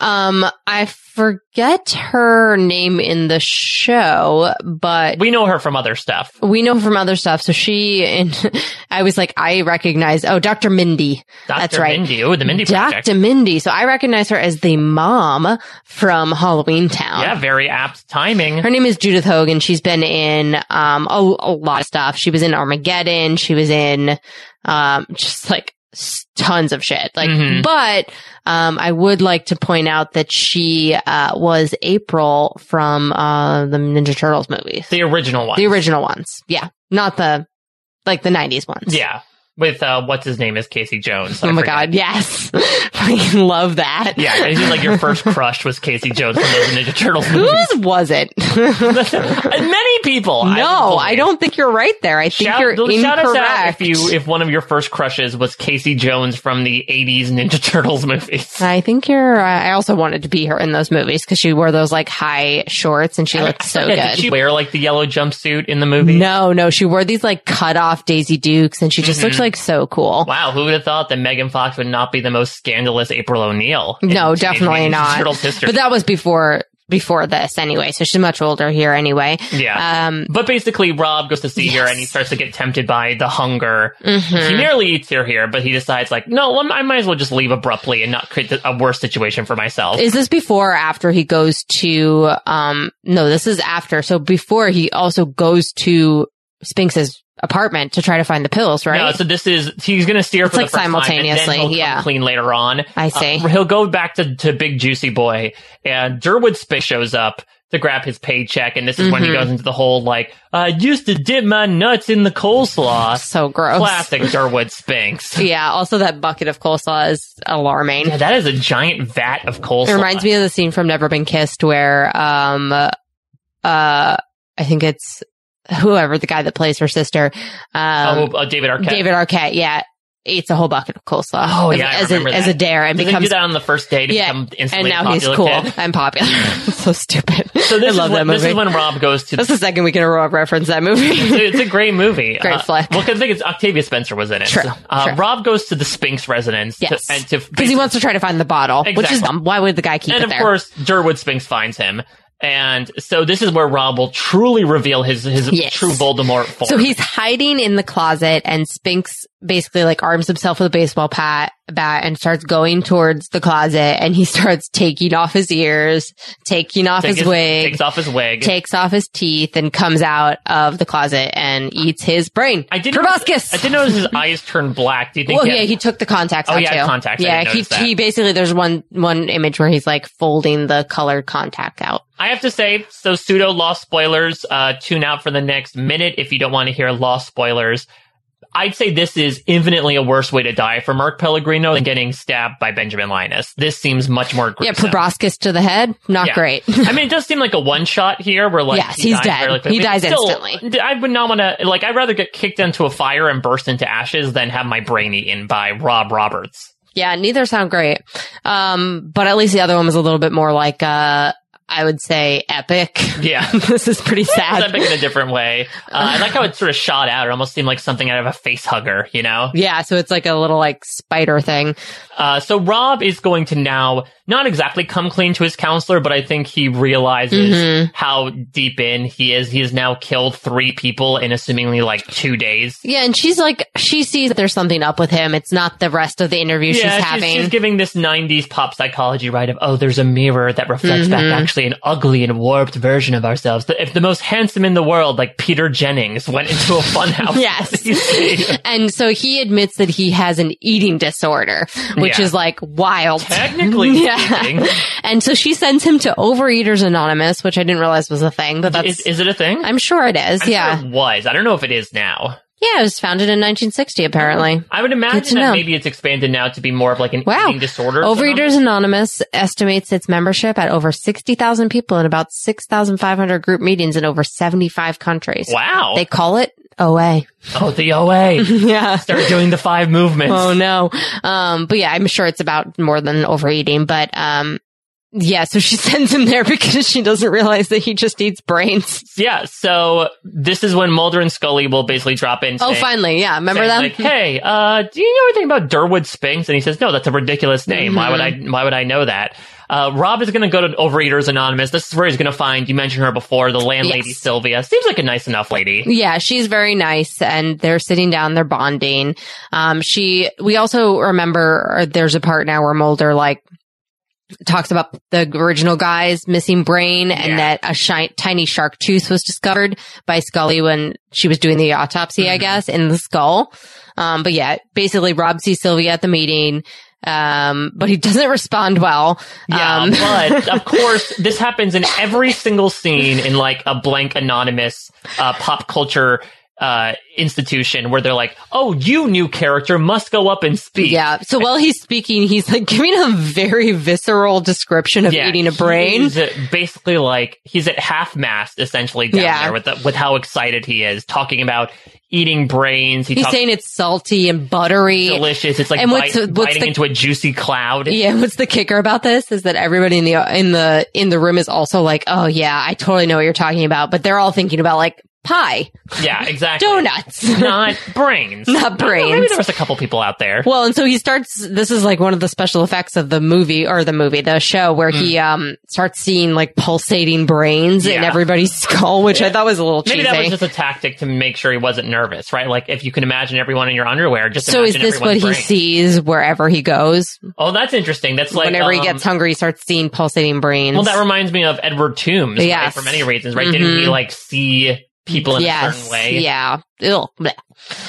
[SPEAKER 2] Um, I forget her name in the show, but
[SPEAKER 1] We know her from other stuff.
[SPEAKER 2] we know from other stuff. So she and I was like, I recognize. Oh, Dr. Mindy.
[SPEAKER 1] Dr.
[SPEAKER 2] That's right.
[SPEAKER 1] Mindy. Ooh, the Mindy Project.
[SPEAKER 2] Dr. Mindy. So I recognize her as the mom from Halloween Town.
[SPEAKER 1] Yeah, very apt timing.
[SPEAKER 2] Her name is Judith Hogan. She's been in um a, a lot of stuff. She was in Armageddon. She was in um just like s- tons of shit. Like,
[SPEAKER 1] Mhm.
[SPEAKER 2] but um I would like to point out that she uh was April from uh the Ninja Turtles movies,
[SPEAKER 1] The original one.
[SPEAKER 2] the original ones. Yeah, not the like the nineties ones.
[SPEAKER 1] yeah. with uh, what's his name is Casey Jones. I
[SPEAKER 2] oh my
[SPEAKER 1] forget.
[SPEAKER 2] god, yes. Fucking love that.
[SPEAKER 1] Yeah, it seems like your first crush was Casey Jones from those Ninja Turtles movies.
[SPEAKER 2] Whose was it?
[SPEAKER 1] And Many people. would
[SPEAKER 2] no,
[SPEAKER 1] believe.
[SPEAKER 2] I don't think you're right there. I think
[SPEAKER 1] Shout,
[SPEAKER 2] you're
[SPEAKER 1] shout us
[SPEAKER 2] incorrect.
[SPEAKER 1] out if you if one of your first crushes was Casey Jones from the '80s Ninja Turtles movies.
[SPEAKER 2] I think you're. Uh, I also wanted to be her in those movies because she wore those like high shorts and she looked
[SPEAKER 1] Yeah,
[SPEAKER 2] so
[SPEAKER 1] did
[SPEAKER 2] good.
[SPEAKER 1] she wear like the yellow jumpsuit in the movie?
[SPEAKER 2] no, no, she wore these like cut off Daisy Dukes and she just looked like so cool.
[SPEAKER 1] Mm-hmm. Wow, who would have thought that Megan Fox would not be the most scandalous April O'Neil? in
[SPEAKER 2] No,
[SPEAKER 1] Teenage
[SPEAKER 2] definitely
[SPEAKER 1] Mutant Ninja
[SPEAKER 2] not.
[SPEAKER 1] Turtles history.
[SPEAKER 2] But that was before before this anyway, so she's much older here anyway.
[SPEAKER 1] yeah.
[SPEAKER 2] Um,
[SPEAKER 1] but basically, Rob goes to see her and he starts to get tempted by the hunger.
[SPEAKER 2] mm-hmm. Mm.
[SPEAKER 1] He nearly eats her here, but he decides, like, no, well, I might as well just leave abruptly and not create a worse situation for myself.
[SPEAKER 2] Is this before or after he goes to um no, this is after. So before he also goes to Sphinx's apartment to try to find the pills, right?
[SPEAKER 1] No, so this is he's going to steer
[SPEAKER 2] It's
[SPEAKER 1] for
[SPEAKER 2] like
[SPEAKER 1] the first time, and then
[SPEAKER 2] simultaneously,
[SPEAKER 1] he'll come
[SPEAKER 2] yeah.
[SPEAKER 1] clean later on.
[SPEAKER 2] I see.
[SPEAKER 1] Uh, he'll go back to, to Big Juicy Boy, and Durwood Space shows up to grab his paycheck, and this is when he
[SPEAKER 2] Mhm.
[SPEAKER 1] goes into the whole like I used to dip my nuts in the coleslaw.
[SPEAKER 2] so gross.
[SPEAKER 1] Classic Durwood Spinks.
[SPEAKER 2] Yeah, also that bucket of coleslaw is alarming.
[SPEAKER 1] Yeah, that is a giant vat of coleslaw.
[SPEAKER 2] It reminds me of the scene from Never Been Kissed where, um, uh, I think it's whoever the guy that plays her sister,
[SPEAKER 1] Oh,
[SPEAKER 2] um,
[SPEAKER 1] uh, David Arquette.
[SPEAKER 2] David Arquette, yeah, eats a whole bucket of coleslaw.
[SPEAKER 1] Oh,
[SPEAKER 2] as-
[SPEAKER 1] yeah, I
[SPEAKER 2] as a,
[SPEAKER 1] remember that.
[SPEAKER 2] as a dare and
[SPEAKER 1] Did they do
[SPEAKER 2] becomes
[SPEAKER 1] that on the first day to
[SPEAKER 2] Yeah,
[SPEAKER 1] become
[SPEAKER 2] and
[SPEAKER 1] instantly a
[SPEAKER 2] now he's
[SPEAKER 1] popular
[SPEAKER 2] cool
[SPEAKER 1] kid?
[SPEAKER 2] and popular. so stupid.
[SPEAKER 1] So this
[SPEAKER 2] I love
[SPEAKER 1] is when,
[SPEAKER 2] that movie.
[SPEAKER 1] This is when Rob goes to
[SPEAKER 2] That's the second week in a row I've referenced that movie.
[SPEAKER 1] it's a great movie. Uh,
[SPEAKER 2] Great flick.
[SPEAKER 1] Well, 'cause I think it's Octavia Spencer was in it.
[SPEAKER 2] True,
[SPEAKER 1] Uh,
[SPEAKER 2] true.
[SPEAKER 1] Rob goes to the Spinks residence. to-
[SPEAKER 2] Yes.
[SPEAKER 1] and to
[SPEAKER 2] Because he wants to try to find the bottle, which is
[SPEAKER 1] Exactly.
[SPEAKER 2] dumb. Why would the guy keep
[SPEAKER 1] And
[SPEAKER 2] it
[SPEAKER 1] of
[SPEAKER 2] there?
[SPEAKER 1] course, Durwood Spinks finds him. And so this is where Rob will truly reveal his his
[SPEAKER 2] Yes.
[SPEAKER 1] true Voldemort form.
[SPEAKER 2] So he's hiding in the closet and Spinks basically like arms himself with a baseball bat, bat and starts going towards the closet and he starts taking off his ears, taking off
[SPEAKER 1] Takes
[SPEAKER 2] his, wig,
[SPEAKER 1] takes off his wig.
[SPEAKER 2] takes off his teeth and comes out of the closet and eats his brain.
[SPEAKER 1] I did
[SPEAKER 2] Proboscis!
[SPEAKER 1] I did notice his eyes turned black. Do you think?
[SPEAKER 2] well,
[SPEAKER 1] he had-
[SPEAKER 2] yeah, he took the contacts
[SPEAKER 1] Oh,
[SPEAKER 2] out
[SPEAKER 1] he had
[SPEAKER 2] too.
[SPEAKER 1] contacts. I
[SPEAKER 2] Yeah,
[SPEAKER 1] didn't
[SPEAKER 2] he
[SPEAKER 1] notice that.
[SPEAKER 2] he basically there's one one image where he's like folding the colored contact out.
[SPEAKER 1] I have to say, so pseudo lost spoilers. Uh, tune out for the next minute if you don't want to hear lost spoilers. I'd say this is infinitely a worse way to die for Mark Pellegrino than getting stabbed by Benjamin Linus. This seems much more
[SPEAKER 2] Yeah,
[SPEAKER 1] gruesome.
[SPEAKER 2] proboscis to the head, not
[SPEAKER 1] Yeah.
[SPEAKER 2] great.
[SPEAKER 1] I mean, it does seem like a one shot here where like,
[SPEAKER 2] Yes, he's dead.
[SPEAKER 1] fairly quickly.
[SPEAKER 2] He dies
[SPEAKER 1] Still,
[SPEAKER 2] instantly.
[SPEAKER 1] d- I would not want to, like, I'd rather get kicked into a fire and burst into ashes than have my brain eaten by Rob Roberts.
[SPEAKER 2] Yeah, neither sound great. Um, but at least the other one was a little bit more like, uh, I would say epic.
[SPEAKER 1] Yeah.
[SPEAKER 2] this is pretty
[SPEAKER 1] It's epic
[SPEAKER 2] sad.
[SPEAKER 1] in a different way. Uh, I like how it sort of shot out. It almost seemed like something out of a face hugger, you know?
[SPEAKER 2] Yeah, so it's like a little like spider thing.
[SPEAKER 1] Uh, so Rob is going to now not exactly come clean to his counselor, but I think he realizes
[SPEAKER 2] Mm-hmm.
[SPEAKER 1] how deep in he is. He has now killed three people in a seemingly like two days.
[SPEAKER 2] Yeah, and she's like, she sees that there's something up with him. It's not the rest of the interview
[SPEAKER 1] yeah,
[SPEAKER 2] she's having.
[SPEAKER 1] she's giving this 90s pop psychology right of, oh, there's a mirror that reflects back
[SPEAKER 2] Mm-hmm.
[SPEAKER 1] actually an ugly and warped version of ourselves. The- If the most handsome in the world, like Peter Jennings, went into a funhouse.
[SPEAKER 2] Yes.
[SPEAKER 1] You see?
[SPEAKER 2] and so he admits that he has an eating disorder, which
[SPEAKER 1] Yeah.
[SPEAKER 2] is like wild.
[SPEAKER 1] Technically speaking.
[SPEAKER 2] And so she sends him to Overeaters Anonymous, which I didn't realize was a thing, but that's,
[SPEAKER 1] is, is it a thing?
[SPEAKER 2] I'm sure it is.
[SPEAKER 1] I'm sure
[SPEAKER 2] yeah.
[SPEAKER 1] it was. I don't know if it is now.
[SPEAKER 2] Yeah, it was founded in 1960, apparently.
[SPEAKER 1] I would
[SPEAKER 2] Good
[SPEAKER 1] imagine
[SPEAKER 2] to
[SPEAKER 1] that
[SPEAKER 2] know.
[SPEAKER 1] maybe it's expanded now to be more of like an
[SPEAKER 2] Wow.
[SPEAKER 1] eating disorder. or something.
[SPEAKER 2] Overeaters Anonymous estimates its membership at over 60,000 people in about 6,500 group meetings in over 75 countries.
[SPEAKER 1] Wow.
[SPEAKER 2] They call it OA.
[SPEAKER 1] oh, the OA.
[SPEAKER 2] Yeah.
[SPEAKER 1] Start doing the five movements.
[SPEAKER 2] Oh no. Um, but yeah, I'm sure it's about more than overeating, but, um, yeah, so she sends him there because she doesn't realize that he just eats brains.
[SPEAKER 1] Yeah. So this is when Mulder and Scully will basically drop in.
[SPEAKER 2] Oh,
[SPEAKER 1] saying-
[SPEAKER 2] finally. Yeah. Remember
[SPEAKER 1] saying,
[SPEAKER 2] them?
[SPEAKER 1] Like, hey, uh, do you know anything about Durwood Spinks? And he says, no, that's a ridiculous name. Why would I?
[SPEAKER 2] Mm-hmm.
[SPEAKER 1] Why would I know that? Uh, Rob is going to go to Overeaters Anonymous. This is where he's going to find. You mentioned her before, the landlady
[SPEAKER 2] Yes.
[SPEAKER 1] Sylvia. Seems like a nice enough lady.
[SPEAKER 2] Yeah, she's very nice and they're sitting down, they're bonding. Um, she, we also remember uh, there's a part now where Mulder like talks about the original guy's missing brain and
[SPEAKER 1] Yeah.
[SPEAKER 2] that a shi- tiny shark tooth was discovered by Scully when she was doing the autopsy,
[SPEAKER 1] Mm-hmm.
[SPEAKER 2] I guess, in the skull. Um, but yeah, basically Rob sees Sylvia at the meeting. Um, but he doesn't respond well.
[SPEAKER 1] Yeah,
[SPEAKER 2] um,
[SPEAKER 1] Uh, but of course, this happens in every single scene in like a blank anonymous uh, pop culture uh, institution where they're like, oh, you new character must go up and speak.
[SPEAKER 2] Yeah. So while he's speaking, he's like giving a very visceral description of
[SPEAKER 1] Yeah,
[SPEAKER 2] eating a brain.
[SPEAKER 1] He's uh, basically like he's at half mast, essentially down
[SPEAKER 2] Yeah.
[SPEAKER 1] there with the, with how excited he is, talking about eating brains. He
[SPEAKER 2] He's
[SPEAKER 1] talks
[SPEAKER 2] saying it's salty and buttery.
[SPEAKER 1] delicious. It's like
[SPEAKER 2] And what's-
[SPEAKER 1] bite-
[SPEAKER 2] what's
[SPEAKER 1] biting
[SPEAKER 2] the-
[SPEAKER 1] into a juicy cloud.
[SPEAKER 2] Yeah, what's the kicker about this is that everybody in the in the in the room is also like, "Oh yeah, I totally know what you're talking about," but they're all thinking about like pie,
[SPEAKER 1] Yeah, exactly.
[SPEAKER 2] donuts.
[SPEAKER 1] not brains.
[SPEAKER 2] Not brains.
[SPEAKER 1] Maybe there was a couple people out there.
[SPEAKER 2] Well, and so he starts. This is like one of the special effects of the movie or the movie, the show, where he um starts seeing like pulsating brains in
[SPEAKER 1] Hmm. Yeah.
[SPEAKER 2] everybody's skull, which I thought was a little cheesy.
[SPEAKER 1] Maybe that was just a tactic to make sure he wasn't nervous, right? Like if you can imagine everyone in your underwear, just
[SPEAKER 2] so is
[SPEAKER 1] imagine
[SPEAKER 2] this what
[SPEAKER 1] everyone's brain.
[SPEAKER 2] he sees wherever he goes?
[SPEAKER 1] Oh, that's interesting. That's like
[SPEAKER 2] Whenever he
[SPEAKER 1] um,
[SPEAKER 2] gets hungry, he starts seeing pulsating brains.
[SPEAKER 1] Well, that reminds me of Edward Toombs, right,
[SPEAKER 2] Yes.
[SPEAKER 1] For many reasons, right? Didn't he
[SPEAKER 2] Mhm.
[SPEAKER 1] like see people in a
[SPEAKER 2] yes,
[SPEAKER 1] certain way?
[SPEAKER 2] yeah. Ew. Blech.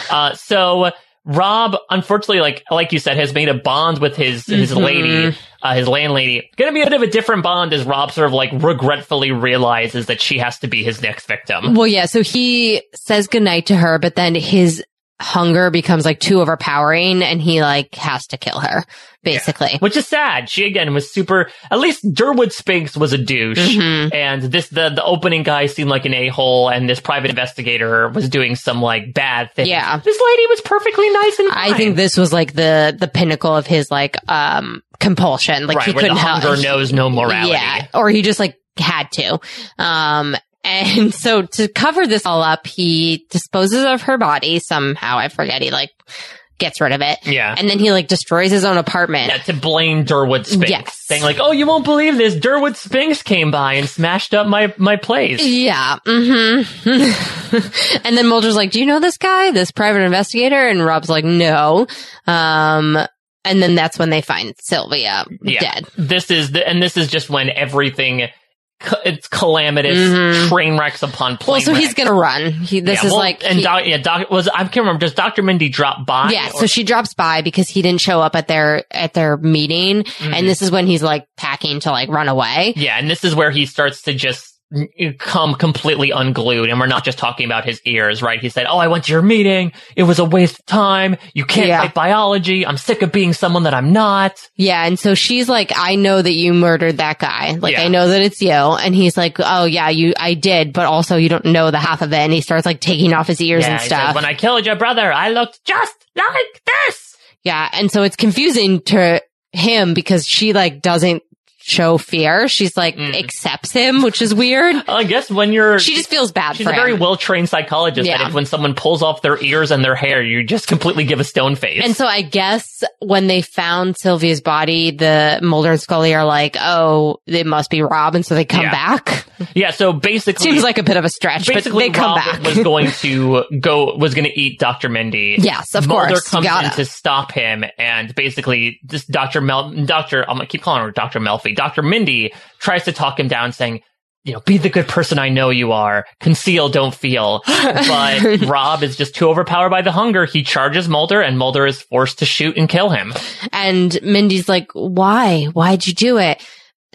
[SPEAKER 1] Uh, so Rob, unfortunately, like like you said, has made a bond with his his
[SPEAKER 2] Mhm.
[SPEAKER 1] lady, uh, his landlady. Going to be a bit of a different bond as Rob sort of like regretfully realizes that she has to be his next victim.
[SPEAKER 2] Well, yeah. So he says goodnight to her, but then his hunger becomes like too overpowering and he like has to kill her basically.
[SPEAKER 1] Which is sad. She again was super. At least Durwood Spinks was a douche,
[SPEAKER 2] Mhm.
[SPEAKER 1] and this the the opening guy seemed like an a hole, and this private investigator was doing some like bad thing.
[SPEAKER 2] Yeah.
[SPEAKER 1] this lady was perfectly nice and.
[SPEAKER 2] I
[SPEAKER 1] fine.
[SPEAKER 2] think this was like the, the pinnacle of his like, um, compulsion. Like
[SPEAKER 1] right,
[SPEAKER 2] he
[SPEAKER 1] where
[SPEAKER 2] couldn't
[SPEAKER 1] the
[SPEAKER 2] help.
[SPEAKER 1] hunger knows no morality.
[SPEAKER 2] Yeah. Or he just like had to. Um, and so to cover this all up, he disposes of her body somehow. I forget. He like gets rid of it.
[SPEAKER 1] Yeah.
[SPEAKER 2] And then he like destroys his own apartment.
[SPEAKER 1] Yeah, uh, to blame Durwood Spinks.
[SPEAKER 2] Yes.
[SPEAKER 1] Saying like, oh, you won't believe this. Durwood Spinks came by and smashed up my, my place.
[SPEAKER 2] Yeah. hmm and then Mulder's like, "Do you know this guy, this private investigator?" And Rob's like, "No." Um, and then that's when they find Sylvia
[SPEAKER 1] Yeah.
[SPEAKER 2] dead.
[SPEAKER 1] This is the, and this is just when everything, ca- it's calamitous
[SPEAKER 2] Mhm.
[SPEAKER 1] train wrecks upon plane
[SPEAKER 2] Well, so he's
[SPEAKER 1] wreck.
[SPEAKER 2] gonna run. He, this
[SPEAKER 1] Yeah,
[SPEAKER 2] is
[SPEAKER 1] well,
[SPEAKER 2] like,
[SPEAKER 1] and
[SPEAKER 2] he-
[SPEAKER 1] doc, yeah, doc was I can't remember. Does Doctor Mindy drop by?
[SPEAKER 2] yeah.
[SPEAKER 1] or-
[SPEAKER 2] So she drops by because he didn't show up at their at their meeting,
[SPEAKER 1] Mm-hmm.
[SPEAKER 2] and this is when he's like packing to like run away.
[SPEAKER 1] yeah, and this is where he starts to just n- come completely unglued. And we're not just talking about his ears, right? He said, "Oh, I went to your meeting. It was a waste of time. You can't
[SPEAKER 2] Yeah.
[SPEAKER 1] fight biology. I'm sick of being someone that I'm not."
[SPEAKER 2] Yeah, and so she's like, "I know that you murdered that guy. Like,
[SPEAKER 1] Yeah.
[SPEAKER 2] I know that it's you." And he's like, "Oh yeah, you, I did, but also you don't know the half of it." And he starts like taking off his ears and
[SPEAKER 1] he says,
[SPEAKER 2] stuff.
[SPEAKER 1] when I killed your brother, I looked just like this.
[SPEAKER 2] Yeah. And so it's confusing to him because she like doesn't show fear. She's like
[SPEAKER 1] Mm.
[SPEAKER 2] accepts him, which is weird.
[SPEAKER 1] Well, I guess when you're
[SPEAKER 2] She just feels bad
[SPEAKER 1] she's
[SPEAKER 2] for
[SPEAKER 1] a very
[SPEAKER 2] him.
[SPEAKER 1] well trained psychologist.
[SPEAKER 2] Yeah.
[SPEAKER 1] That if when someone pulls off their ears and their hair, you just completely give a stone face.
[SPEAKER 2] and so I guess when they found Sylvia's body, the Mulder and Scully are like, oh, it must be Rob. And so they come
[SPEAKER 1] Yeah.
[SPEAKER 2] back.
[SPEAKER 1] yeah, so basically,
[SPEAKER 2] Seems like a bit of a stretch, but
[SPEAKER 1] basically
[SPEAKER 2] they come
[SPEAKER 1] Rob
[SPEAKER 2] back.
[SPEAKER 1] was going to go was going to eat Doctor Mindy.
[SPEAKER 2] yes, of
[SPEAKER 1] Mulder
[SPEAKER 2] course. You
[SPEAKER 1] comes in
[SPEAKER 2] gotta.
[SPEAKER 1] to stop him, and basically, this Doctor Mel, Doctor, I'm gonna keep calling her Doctor Melfi. Doctor Mindy tries to talk him down, saying, "You know, be the good person I know you are. Conceal, don't feel." But Rob is just too overpowered by the hunger. He charges Mulder, and Mulder is forced to shoot and kill him.
[SPEAKER 2] And Mindy's like, why? Why'd you do it?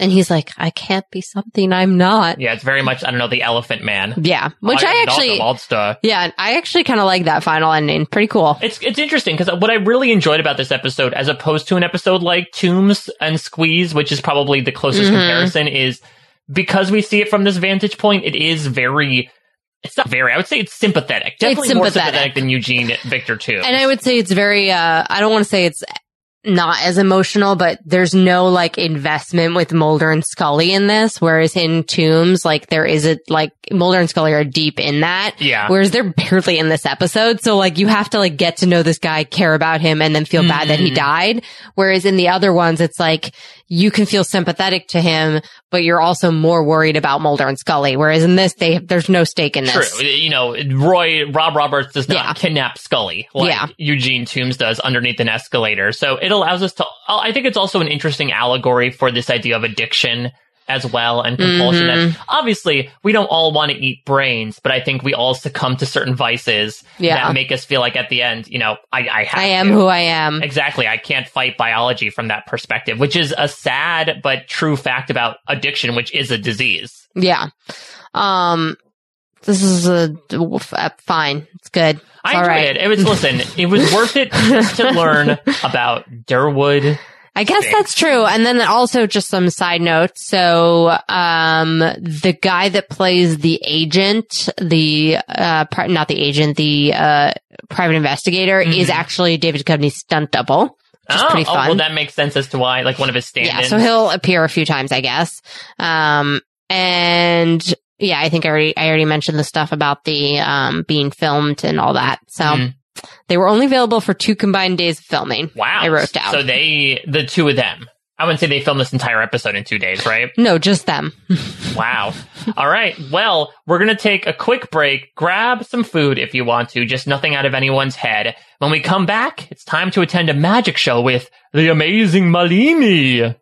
[SPEAKER 2] And he's like, I can't be something I'm not.
[SPEAKER 1] Yeah, it's very much I don't know the Elephant Man,
[SPEAKER 2] Yeah. Which
[SPEAKER 1] am
[SPEAKER 2] I
[SPEAKER 1] not a
[SPEAKER 2] actually,
[SPEAKER 1] monster.
[SPEAKER 2] Yeah, I actually kind of like that final ending. Pretty cool.
[SPEAKER 1] It's it's interesting because what I really enjoyed about this episode, as opposed to an episode like Tombs and Squeeze, which is probably the closest
[SPEAKER 2] Mhm.
[SPEAKER 1] comparison, is because we see it from this vantage point, it is very. It's not very. I would say it's sympathetic. Definitely more
[SPEAKER 2] sympathetic.
[SPEAKER 1] sympathetic than Eugene Victor too.
[SPEAKER 2] And I would say it's very, uh, I don't want to say it's not as emotional, but there's no like investment with Mulder and Scully in this. Whereas in Tombs, like there is a, like Mulder and Scully are deep in that.
[SPEAKER 1] Yeah.
[SPEAKER 2] Whereas they're barely in this episode. So like you have to like get to know this guy, care about him and then feel bad that he
[SPEAKER 1] Mm.
[SPEAKER 2] died. Whereas in the other ones, it's like you can feel sympathetic to him, but you're also more worried about Mulder and Scully. Whereas in this, they, there's no stake in
[SPEAKER 1] True.
[SPEAKER 2] this.
[SPEAKER 1] You know, Roy Rob Roberts does not
[SPEAKER 2] Yeah.
[SPEAKER 1] kidnap Scully like
[SPEAKER 2] Yeah.
[SPEAKER 1] Eugene Toombs does underneath an escalator. So it allows us to. oh, I think it's also an interesting allegory for this idea of addiction as well and compulsion.
[SPEAKER 2] Mhm.
[SPEAKER 1] That obviously we don't all want to eat brains, but I think we all succumb to certain vices
[SPEAKER 2] Yeah.
[SPEAKER 1] that make us feel like at the end, you know, I, I have
[SPEAKER 2] I am
[SPEAKER 1] to.
[SPEAKER 2] who I am.
[SPEAKER 1] Exactly. I can't fight biology from that perspective, which is a sad but true fact about addiction, which is a disease.
[SPEAKER 2] Yeah. Um, This is a uh, fine. It's good. It's
[SPEAKER 1] I
[SPEAKER 2] all
[SPEAKER 1] enjoyed
[SPEAKER 2] right.
[SPEAKER 1] it. It was listen, it was worth it just to learn about Durwood.
[SPEAKER 2] I guess
[SPEAKER 1] Fair.
[SPEAKER 2] that's true. And then also just some side notes. So, um, the guy that plays the agent, the, uh, pri- not the agent, the, uh, private investigator
[SPEAKER 1] Mm-hmm.
[SPEAKER 2] is actually David Cubney's stunt double. Which is
[SPEAKER 1] oh,
[SPEAKER 2] pretty
[SPEAKER 1] oh,
[SPEAKER 2] fun.
[SPEAKER 1] well, that makes sense as to why, like one of his
[SPEAKER 2] yeah.
[SPEAKER 1] stand-ins.
[SPEAKER 2] So he'll appear a few times, I guess. Um, and yeah, I think I already, I already mentioned the stuff about the, um, being filmed and all that. So
[SPEAKER 1] Mhm.
[SPEAKER 2] they were only available for two combined days of filming.
[SPEAKER 1] wow,
[SPEAKER 2] I wrote down.
[SPEAKER 1] So they, the two of them. I wouldn't say they filmed this entire episode in two days, right?
[SPEAKER 2] No, just them.
[SPEAKER 1] Wow. All right. Well, we're going to take a quick break. Grab some food if you want to, just nothing out of anyone's head. When we come back, it's time to attend a magic show with the amazing Malini.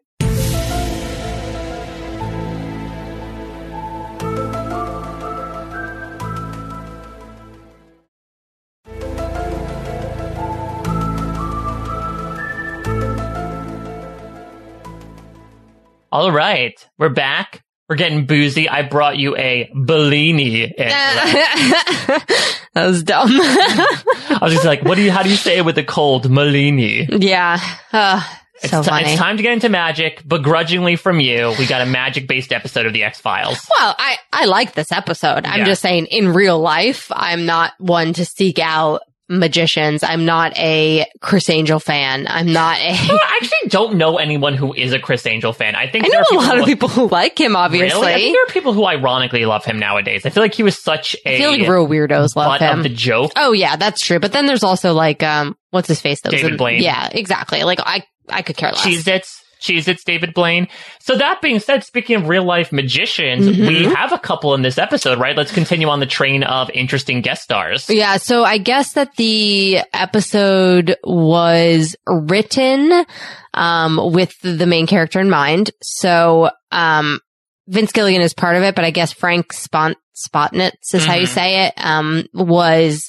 [SPEAKER 1] All right. We're back. We're getting boozy. I brought you a Bellini. Angela.
[SPEAKER 2] that was dumb.
[SPEAKER 1] I was just like, what do you, how do you say it with a cold Malini?
[SPEAKER 2] yeah. Uh,
[SPEAKER 1] It's,
[SPEAKER 2] so
[SPEAKER 1] ti-
[SPEAKER 2] funny.
[SPEAKER 1] it's time to get into magic, begrudgingly from you. We got a magic based episode of The X Files.
[SPEAKER 2] well, I, I like this episode. I'm
[SPEAKER 1] Yeah.
[SPEAKER 2] just saying in real life, I'm not one to seek out magicians. I'm not a Chris Angel fan. I'm not a, I
[SPEAKER 1] I actually don't know anyone who is a Chris Angel fan. I think there
[SPEAKER 2] know
[SPEAKER 1] are
[SPEAKER 2] a
[SPEAKER 1] people
[SPEAKER 2] lot of
[SPEAKER 1] who-
[SPEAKER 2] people who like him,
[SPEAKER 1] Really?
[SPEAKER 2] obviously.
[SPEAKER 1] I think there are people who ironically love him nowadays. I feel like he was such a
[SPEAKER 2] I feel like real weirdos love
[SPEAKER 1] butt
[SPEAKER 2] him.
[SPEAKER 1] of the joke.
[SPEAKER 2] oh yeah, that's true. But then there's also like, um, what's his face? That was
[SPEAKER 1] David
[SPEAKER 2] in-
[SPEAKER 1] Blaine.
[SPEAKER 2] Yeah, exactly. Like I, I could care less.
[SPEAKER 1] Cheez Its, Cheez Its, David Blaine. So, that being said, speaking of real life magicians,
[SPEAKER 2] Mhm.
[SPEAKER 1] we have a couple in this episode, right? Let's continue on the train of interesting guest stars.
[SPEAKER 2] Yeah, so I guess that the episode was written um with the main character in mind. So um Vince Gilligan is part of it, but I guess Frank Spont- Spotnitz is how you
[SPEAKER 1] Mhm.
[SPEAKER 2] say it, um, was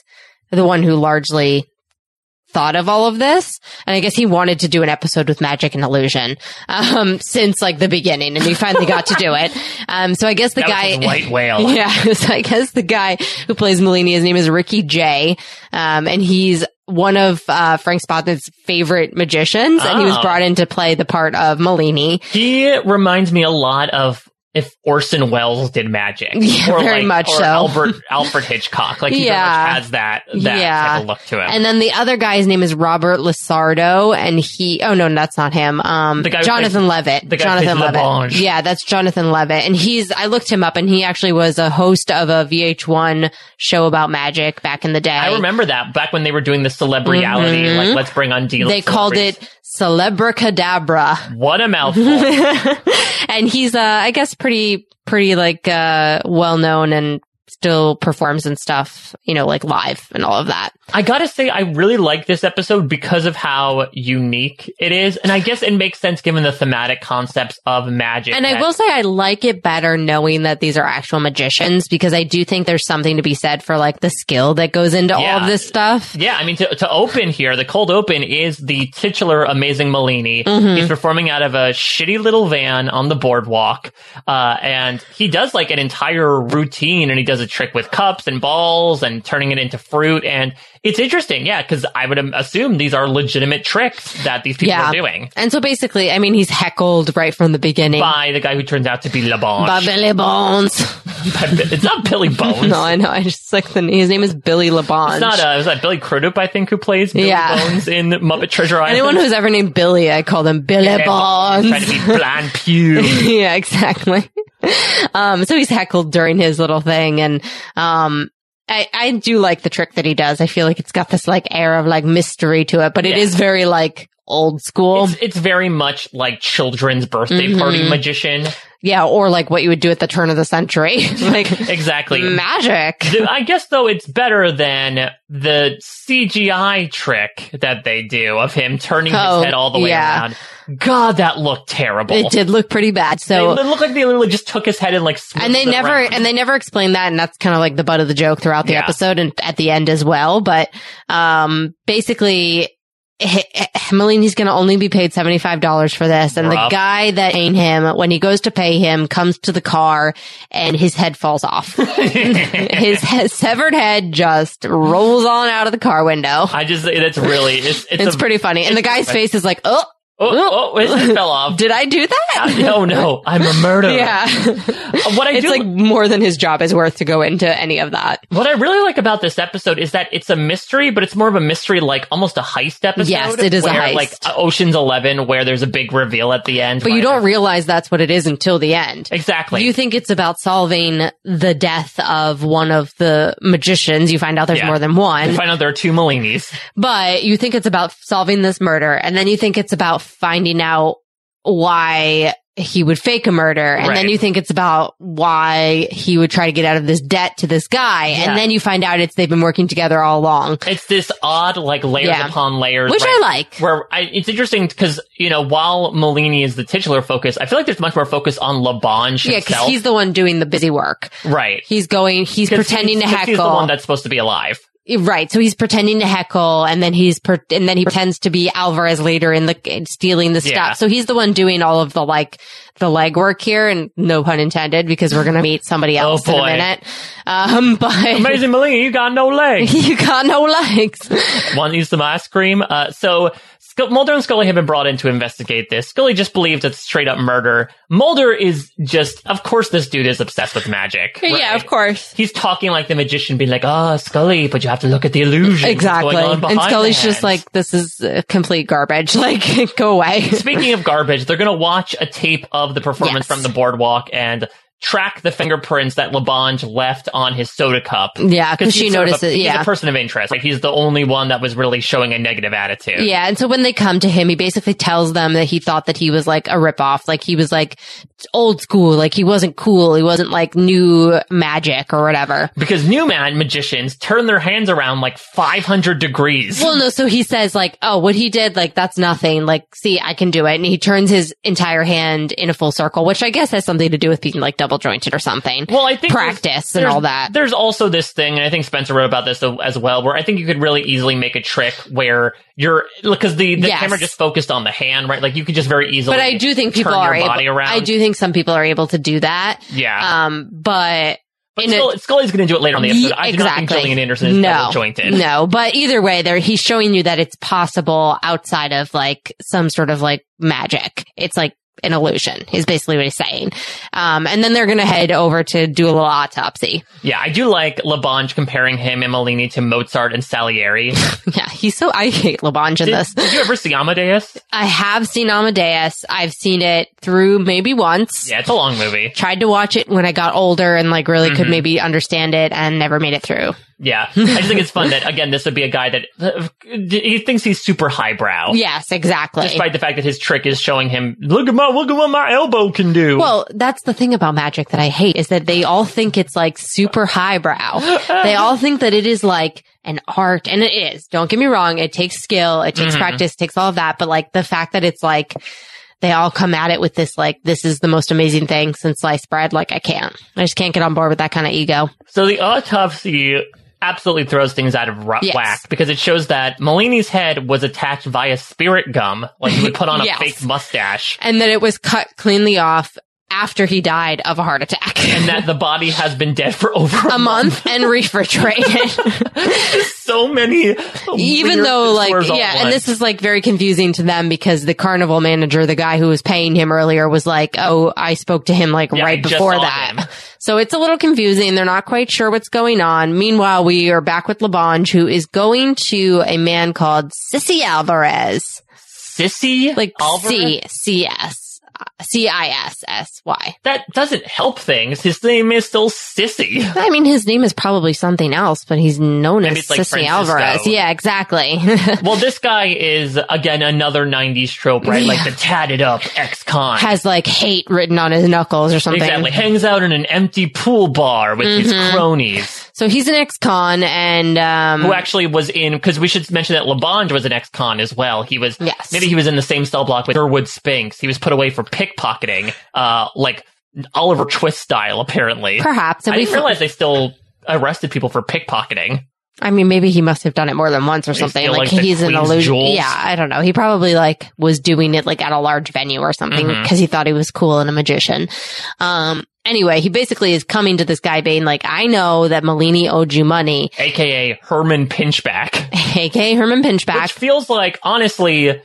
[SPEAKER 2] the one who largely thought of all of this. And I guess he wanted to do an episode with magic and illusion, um, since like the beginning and he finally got to do it. Um, so I guess the
[SPEAKER 1] that
[SPEAKER 2] guy.
[SPEAKER 1] was his white whale.
[SPEAKER 2] Yeah, so I guess the guy who plays Melini, his name is Ricky Jay, um, and he's one of uh, Frank Spotnit's favorite magicians, and he was
[SPEAKER 1] Oh.
[SPEAKER 2] brought in to play the part of Melini.
[SPEAKER 1] He reminds me a lot of if Orson Welles did magic,
[SPEAKER 2] Yeah, very much
[SPEAKER 1] or
[SPEAKER 2] so.
[SPEAKER 1] Albert Alfred Hitchcock, like he
[SPEAKER 2] Yeah.
[SPEAKER 1] very much has that that
[SPEAKER 2] Yeah.
[SPEAKER 1] type of look to him.
[SPEAKER 2] And then the other guy's name is Robert Lissardo, and he oh no, that's not him. Um,
[SPEAKER 1] The guy who
[SPEAKER 2] Jonathan Levitt.
[SPEAKER 1] the guy who
[SPEAKER 2] Jonathan
[SPEAKER 1] plays
[SPEAKER 2] Levitt.
[SPEAKER 1] Labange.
[SPEAKER 2] Yeah, that's Jonathan Levitt, and he's I looked him up, and he actually was a host of a VH1 show about magic back in the day.
[SPEAKER 1] I remember that back when they were doing the celebrity
[SPEAKER 2] Mhm.
[SPEAKER 1] like let's bring on D.
[SPEAKER 2] They called it Celebricadabra.
[SPEAKER 1] what a mouthful.
[SPEAKER 2] and he's uh I guess pretty pretty like uh well known and still performs and stuff, you know, like live and all of that.
[SPEAKER 1] I gotta say, I really like this episode because of how unique it is, and I guess it makes sense given the thematic concepts of magic.
[SPEAKER 2] And I
[SPEAKER 1] that-
[SPEAKER 2] will say I like it better knowing that these are actual magicians because I do think there's something to be said for like the skill that goes into all
[SPEAKER 1] Yeah.
[SPEAKER 2] of this stuff.
[SPEAKER 1] Yeah, I mean to to open here, the cold open is the titular amazing Malini.
[SPEAKER 2] Mm-hmm.
[SPEAKER 1] He's performing out of a shitty little van on the boardwalk, uh, and he does like an entire routine, and he does a trick with cups and balls and turning it into fruit, and it's interesting, yeah, because I would um, assume these are legitimate tricks that these people
[SPEAKER 2] Yeah.
[SPEAKER 1] are doing
[SPEAKER 2] And so basically, I mean, he's heckled right from the beginning.
[SPEAKER 1] by the guy who turns out to be Labange.
[SPEAKER 2] By Billy Bones.
[SPEAKER 1] By Bi- it's not Billy Bones.
[SPEAKER 2] no, I know. I just like the his name is Billy Labange.
[SPEAKER 1] It's not, uh, it was that Billy Crudup, I think, who plays Billy
[SPEAKER 2] Yeah.
[SPEAKER 1] Bones in Muppet Treasure Island.
[SPEAKER 2] Anyone who's ever named Billy, I call them Billy Bones.
[SPEAKER 1] Trying to be bland pew.
[SPEAKER 2] yeah, exactly. Um, so he's heckled during his little thing and, um, I, I do like the trick that he does. I feel like it's got this like air of like mystery to it, but it
[SPEAKER 1] Yeah.
[SPEAKER 2] is very like old school.
[SPEAKER 1] It's, it's very much like children's birthday
[SPEAKER 2] Mm-hmm.
[SPEAKER 1] party magician.
[SPEAKER 2] yeah. Or like what you would do at the turn of the century. like
[SPEAKER 1] Exactly.
[SPEAKER 2] magic.
[SPEAKER 1] Th- I guess though it's better than the CGI trick that they do of him turning
[SPEAKER 2] Oh,
[SPEAKER 1] his head all the way
[SPEAKER 2] yeah.
[SPEAKER 1] around. God, that looked terrible.
[SPEAKER 2] It did look pretty bad.
[SPEAKER 1] They,
[SPEAKER 2] So.
[SPEAKER 1] it looked like they literally just took his head and like
[SPEAKER 2] and they
[SPEAKER 1] smoothed it
[SPEAKER 2] never
[SPEAKER 1] around.
[SPEAKER 2] and they never explained that and that's kind of like the butt of the joke throughout the
[SPEAKER 1] Yeah.
[SPEAKER 2] episode and at the end as well but um basically H- H- Melini's going to only be paid $75 for this. And
[SPEAKER 1] Rough.
[SPEAKER 2] the guy that ain't him, when he goes to pay him, comes to the car and his head falls off. his he- severed head just rolls on out of the car window.
[SPEAKER 1] I just that's really it's it's,
[SPEAKER 2] It's
[SPEAKER 1] a-
[SPEAKER 2] pretty funny. And the guy's face is like, oh,
[SPEAKER 1] Oh, oh, it just fell off.
[SPEAKER 2] did I do that?
[SPEAKER 1] no, no, I'm a murderer.
[SPEAKER 2] Yeah.
[SPEAKER 1] What I
[SPEAKER 2] it's
[SPEAKER 1] do
[SPEAKER 2] like more than his job is worth to go into any of that.
[SPEAKER 1] What I really like about this episode is that it's a mystery, but it's more of a mystery, like almost a heist episode.
[SPEAKER 2] Yes, it is a
[SPEAKER 1] where,
[SPEAKER 2] heist.
[SPEAKER 1] Like Ocean's Eleven, where there's a big reveal at the end.
[SPEAKER 2] But you
[SPEAKER 1] where-
[SPEAKER 2] don't realize that's what it is until the end.
[SPEAKER 1] exactly.
[SPEAKER 2] You think it's about solving the death of one of the magicians. You find out there's
[SPEAKER 1] Yeah.
[SPEAKER 2] more than
[SPEAKER 1] You
[SPEAKER 2] one,
[SPEAKER 1] find out there are two Malinis.
[SPEAKER 2] but you think it's about solving this murder. And then you think it's about finding out why he would fake a murder. And then
[SPEAKER 1] Right.
[SPEAKER 2] you think it's about why he would try to get out of this debt to this guy.
[SPEAKER 1] Yeah.
[SPEAKER 2] And then you find out it's they've been working together all along,
[SPEAKER 1] It's this odd, like layers
[SPEAKER 2] Yeah.
[SPEAKER 1] upon layers,
[SPEAKER 2] which
[SPEAKER 1] right?
[SPEAKER 2] I like.
[SPEAKER 1] Where I, it's interesting because you know while Malini is the titular focus, I feel like there's much more focus on Labange
[SPEAKER 2] Yeah,
[SPEAKER 1] himself.
[SPEAKER 2] because he's the one doing the busy work.
[SPEAKER 1] right.
[SPEAKER 2] He's going, he's
[SPEAKER 1] 'Cause
[SPEAKER 2] pretending to
[SPEAKER 1] 'cause
[SPEAKER 2] heckle.
[SPEAKER 1] He's the one that's supposed to be alive.
[SPEAKER 2] Right. So he's pretending to heckle and then he's, per- and then he pretends to be Alvarez later in the, in stealing the
[SPEAKER 1] Yeah.
[SPEAKER 2] stuff. So he's the one doing all of the like, the legwork here and no pun intended because we're going to meet somebody
[SPEAKER 1] Oh,
[SPEAKER 2] else in a
[SPEAKER 1] boy.
[SPEAKER 2] minute. Um, but
[SPEAKER 1] Amazing Malini, you got no legs.
[SPEAKER 2] you got no legs.
[SPEAKER 1] One needs some ice cream. Uh, so Sc- Mulder and Scully have been brought in to investigate this. Scully just believes it's straight up murder. Mulder is just, of course, this dude is obsessed with magic. right?
[SPEAKER 2] Yeah, of course.
[SPEAKER 1] He's talking like the magician, being like, "Oh, Scully, but you have to look at the illusion."
[SPEAKER 2] Exactly. And Scully's just like, this is uh, complete garbage. Like, go away.
[SPEAKER 1] Speaking of garbage, they're going to watch a tape of the performance
[SPEAKER 2] Yes.
[SPEAKER 1] from the boardwalk and track the fingerprints that Labange left on his soda cup.
[SPEAKER 2] Yeah. Cause she
[SPEAKER 1] he's sort of a-
[SPEAKER 2] notices.
[SPEAKER 1] he's
[SPEAKER 2] yeah.
[SPEAKER 1] a person of interest. Like he's the only one that was really showing a negative attitude.
[SPEAKER 2] Yeah, and so when they come to him, he basically tells them that he thought that he was like a ripoff, like he was like old school, like he wasn't cool, he wasn't like new magic or whatever.
[SPEAKER 1] because new man magicians turn their hands around like 500 degrees.
[SPEAKER 2] Well, no, so he says like, oh, what he did, like that's nothing. Like, see, I can do it, and he turns his entire hand in a full circle, which I guess has something to do with being like double jointed or something.
[SPEAKER 1] Well, I think there's-
[SPEAKER 2] practice and
[SPEAKER 1] there's-
[SPEAKER 2] all that.
[SPEAKER 1] There's also this thing, and I think Spencer wrote about this uh, as well, where I think you could really easily make a trick where you're because the, the
[SPEAKER 2] Yes.
[SPEAKER 1] camera just focused on the hand, right? Like you could just very easily.
[SPEAKER 2] But I do think people
[SPEAKER 1] turn
[SPEAKER 2] are
[SPEAKER 1] your body
[SPEAKER 2] able.
[SPEAKER 1] around.
[SPEAKER 2] I do think some people are able to do that.
[SPEAKER 1] Yeah,
[SPEAKER 2] Um, but
[SPEAKER 1] but
[SPEAKER 2] in a-
[SPEAKER 1] Scully, Scully's going to do it later on the episode.
[SPEAKER 2] Ye-
[SPEAKER 1] I do not think
[SPEAKER 2] exactly.
[SPEAKER 1] Gillian Anderson is
[SPEAKER 2] No.
[SPEAKER 1] double jointed.
[SPEAKER 2] No, but either way, there he's showing you that it's possible outside of like some sort of like magic. It's like an illusion is basically what he's saying. Um, and then they're gonna head over to do a little autopsy.
[SPEAKER 1] Yeah, I do like Labange comparing him and Malini to Mozart and Salieri.
[SPEAKER 2] Yeah, he's so I hate Labange in
[SPEAKER 1] did,
[SPEAKER 2] this.
[SPEAKER 1] did you ever see Amadeus?
[SPEAKER 2] I have seen Amadeus. I've seen it through maybe once.
[SPEAKER 1] Yeah, it's a long movie.
[SPEAKER 2] Tried to watch it when I got older and like really could
[SPEAKER 1] Mhm.
[SPEAKER 2] maybe understand it and never made it through.
[SPEAKER 1] Yeah, I just think it's fun that again this would be a guy that he thinks he's super highbrow,
[SPEAKER 2] Yes, exactly.
[SPEAKER 1] despite the fact that his trick is showing him look at my look at what my elbow can do.
[SPEAKER 2] Well, that's the thing about magic that I hate is that they all think it's like super highbrow. They all think that it is like an art and it is. Don't get me wrong. It takes skill. It takes
[SPEAKER 1] Mhm.
[SPEAKER 2] practice. It takes all of that. But like the fact that it's like they all come at it with this, like, this is the most amazing thing since sliced bread. Like I can't, I just can't get on board with that kind of ego.
[SPEAKER 1] so the autopsy absolutely throws things out of ru-
[SPEAKER 2] Yes.
[SPEAKER 1] whack because it shows that Malini's head was attached via spirit gum, like you would put on a
[SPEAKER 2] Yes.
[SPEAKER 1] fake mustache,
[SPEAKER 2] And that it was cut cleanly off after he died of a heart attack.
[SPEAKER 1] and that the body has been dead for over a,
[SPEAKER 2] a month and refrigerated.
[SPEAKER 1] So many,
[SPEAKER 2] even
[SPEAKER 1] weird
[SPEAKER 2] though like
[SPEAKER 1] disorders all
[SPEAKER 2] yeah
[SPEAKER 1] at
[SPEAKER 2] and this
[SPEAKER 1] once.
[SPEAKER 2] is like very confusing to them because the carnival manager the guy who was paying him earlier was like oh i spoke to him like
[SPEAKER 1] Yeah, I
[SPEAKER 2] right
[SPEAKER 1] just
[SPEAKER 2] before
[SPEAKER 1] saw
[SPEAKER 2] that
[SPEAKER 1] him.
[SPEAKER 2] so it's a little confusing they're not quite sure what's going on meanwhile we are back with labange who is going to a man called sissy alvarez
[SPEAKER 1] sissy
[SPEAKER 2] like
[SPEAKER 1] Alvarez?
[SPEAKER 2] c c s c i s s y
[SPEAKER 1] That doesn't help things. His name is still Sissy.
[SPEAKER 2] I mean, his name is probably something else, but he's known
[SPEAKER 1] Maybe
[SPEAKER 2] as
[SPEAKER 1] it's like
[SPEAKER 2] Sissy
[SPEAKER 1] Francisco.
[SPEAKER 2] Alvarez. Yeah, exactly.
[SPEAKER 1] Well, this guy is again another '90s trope, right? Like the tatted up ex-con.
[SPEAKER 2] Has like hate written on his knuckles or something. Mm-hmm.
[SPEAKER 1] exactly hangs out in an empty pool bar with his cronies,
[SPEAKER 2] So he's an ex-con and um
[SPEAKER 1] who actually was in. Because we should mention that Labange was an ex-con as well. He was
[SPEAKER 2] Yes.
[SPEAKER 1] maybe he was in the same cell block with Durwood Spinks. He was put away for pickpocketing, uh, like Oliver Twist style, apparently.
[SPEAKER 2] perhaps and
[SPEAKER 1] I
[SPEAKER 2] we
[SPEAKER 1] didn't realize they still arrested people for pickpocketing.
[SPEAKER 2] I mean, maybe he must have done it more than once or
[SPEAKER 1] They
[SPEAKER 2] something.
[SPEAKER 1] feel
[SPEAKER 2] Like,
[SPEAKER 1] like the
[SPEAKER 2] he's an
[SPEAKER 1] Queen's
[SPEAKER 2] illusion.
[SPEAKER 1] Jewels.
[SPEAKER 2] Yeah, I don't know. He probably like was doing it like at a large venue or something
[SPEAKER 1] Mhm.
[SPEAKER 2] because he thought he was cool and a magician. Um, anyway, he basically is coming to this guy Bane like, I know that Malini owed you money,
[SPEAKER 1] aka Herman Pinchback.
[SPEAKER 2] aka Herman
[SPEAKER 1] Which
[SPEAKER 2] Pinchback.
[SPEAKER 1] feels like, honestly,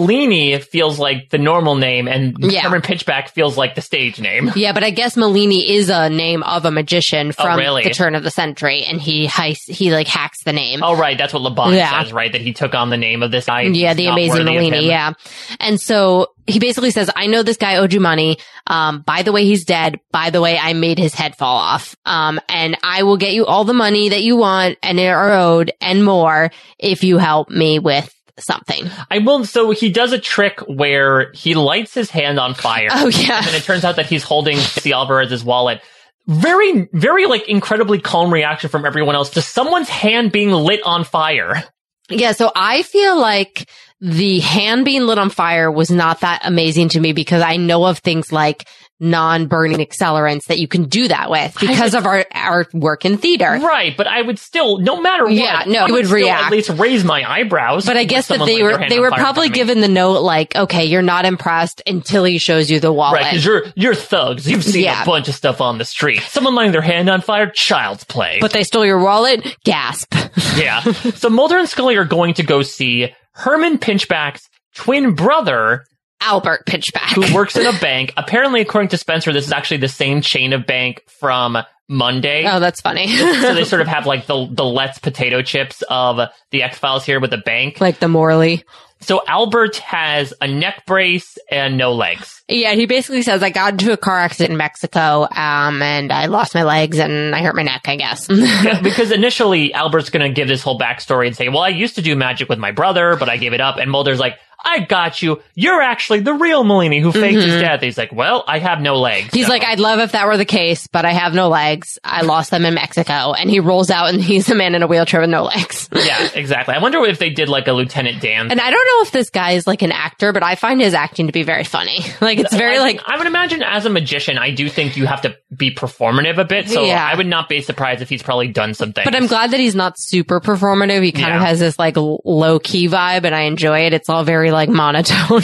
[SPEAKER 1] Malini feels like the normal name, and
[SPEAKER 2] Yeah.
[SPEAKER 1] Herman Pinchback feels like the stage name.
[SPEAKER 2] yeah, but I guess Malini is a name of a magician
[SPEAKER 1] Oh,
[SPEAKER 2] from
[SPEAKER 1] really?
[SPEAKER 2] the turn of the century, and he heist, he like hacks the name.
[SPEAKER 1] Oh, right, that's what Laban
[SPEAKER 2] Yeah.
[SPEAKER 1] says, right? That he took on the name of this guy.
[SPEAKER 2] Yeah,
[SPEAKER 1] It's
[SPEAKER 2] the
[SPEAKER 1] not
[SPEAKER 2] amazing
[SPEAKER 1] worthy of
[SPEAKER 2] Malini.
[SPEAKER 1] him.
[SPEAKER 2] Yeah. And so he basically says, I know this guy owed you money. Um, by the way, he's dead. By the way, I made his head fall off. Um, and I will get you all the money that you want and are owed and more if you help me with something.
[SPEAKER 1] I will. So he does a trick where he lights his hand on fire.
[SPEAKER 2] Oh, yeah.
[SPEAKER 1] and it turns out that he's holding the Alvarez's wallet. Very, very like incredibly calm reaction from everyone else to someone's hand being lit on fire.
[SPEAKER 2] Yeah. So I feel like the hand being lit on fire was not that amazing to me because I know of things like non-burning accelerants that you can do that with because of our, our work in theater.
[SPEAKER 1] Right, but I would still, no matter what,
[SPEAKER 2] Yeah, no,
[SPEAKER 1] I
[SPEAKER 2] it would
[SPEAKER 1] still
[SPEAKER 2] react.
[SPEAKER 1] At least raise my eyebrows.
[SPEAKER 2] But I
[SPEAKER 1] when
[SPEAKER 2] guess that
[SPEAKER 1] someone lit
[SPEAKER 2] they
[SPEAKER 1] their
[SPEAKER 2] were
[SPEAKER 1] hand
[SPEAKER 2] they
[SPEAKER 1] on
[SPEAKER 2] were
[SPEAKER 1] fire in
[SPEAKER 2] probably
[SPEAKER 1] front of me.
[SPEAKER 2] given the note like, okay, you're not impressed until he shows you the wallet.
[SPEAKER 1] Right, because you're you're thugs. You've seen
[SPEAKER 2] Yeah.
[SPEAKER 1] a bunch of stuff on the street. Someone lighting their hand on fire, child's play.
[SPEAKER 2] but they stole your wallet. Gasp.
[SPEAKER 1] yeah. So Mulder and Scully are going to go see Herman Pinchback's twin brother,
[SPEAKER 2] Albert Pitchback.
[SPEAKER 1] who works in a bank. Apparently, according to Spencer, this is actually the same chain of bank from Monday.
[SPEAKER 2] Oh, that's funny.
[SPEAKER 1] so they sort of have like the the Let's potato chips of the X Files here with the bank.
[SPEAKER 2] like the Morley.
[SPEAKER 1] So Albert has a neck brace and no legs.
[SPEAKER 2] Yeah, he basically says I got into a car accident in Mexico, um, and I lost my legs and I hurt my neck, I guess.
[SPEAKER 1] Yeah, because initially Albert's going to give this whole backstory and say, "Well, I used to do magic with my brother, but I gave it up." And Mulder's like, "I got you. You're actually the real Mulaney who faked his death." He's like, "Well, I have no legs."
[SPEAKER 2] Mm-hmm. He's
[SPEAKER 1] so-
[SPEAKER 2] like, I'd love if that were the case, but I have no legs. I lost them in Mexico. And he rolls out and he's a man in a wheelchair with no legs.
[SPEAKER 1] "Yeah, exactly." I wonder if they did like a Lieutenant Dan.
[SPEAKER 2] And I don't know if this guy is like an actor, but I find his acting to be very funny. Like it's very
[SPEAKER 1] I-
[SPEAKER 2] like
[SPEAKER 1] I would imagine as a magician, I do think you have to be performative a bit. So
[SPEAKER 2] Yeah.
[SPEAKER 1] I would not be surprised if he's probably done something.
[SPEAKER 2] But I'm glad that he's not super performative. He kind of
[SPEAKER 1] Yeah.
[SPEAKER 2] has this like low key vibe and I enjoy it. It's all very like monotone.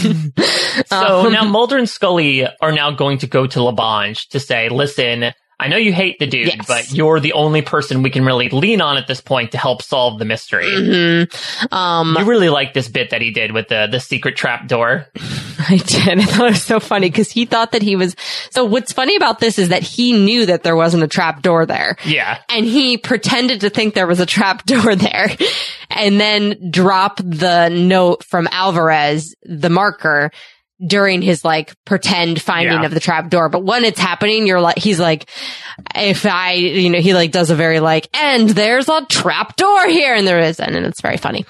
[SPEAKER 1] So
[SPEAKER 2] Um,
[SPEAKER 1] now Mulder and Scully are now going to go to Labange to say, listen, I know you hate the dude,
[SPEAKER 2] Yes.
[SPEAKER 1] but you're the only person we can really lean on at this point to help solve the mystery.
[SPEAKER 2] Mhm. Um,
[SPEAKER 1] You really like this bit that he did with the the secret trap door.
[SPEAKER 2] I did. I thought it was so funny because he thought that he was. So what's funny about this is that he knew that there wasn't a trap door there.
[SPEAKER 1] Yeah.
[SPEAKER 2] And he pretended to think there was a trap door there and then dropped the note from Alvarez, the marker during his like pretend finding
[SPEAKER 1] Yeah.
[SPEAKER 2] of the trap door. But when it's happening, you're like, he's like, if I, you know, he like does a very like, and there's a trap door here. And there isn't. And it's very funny.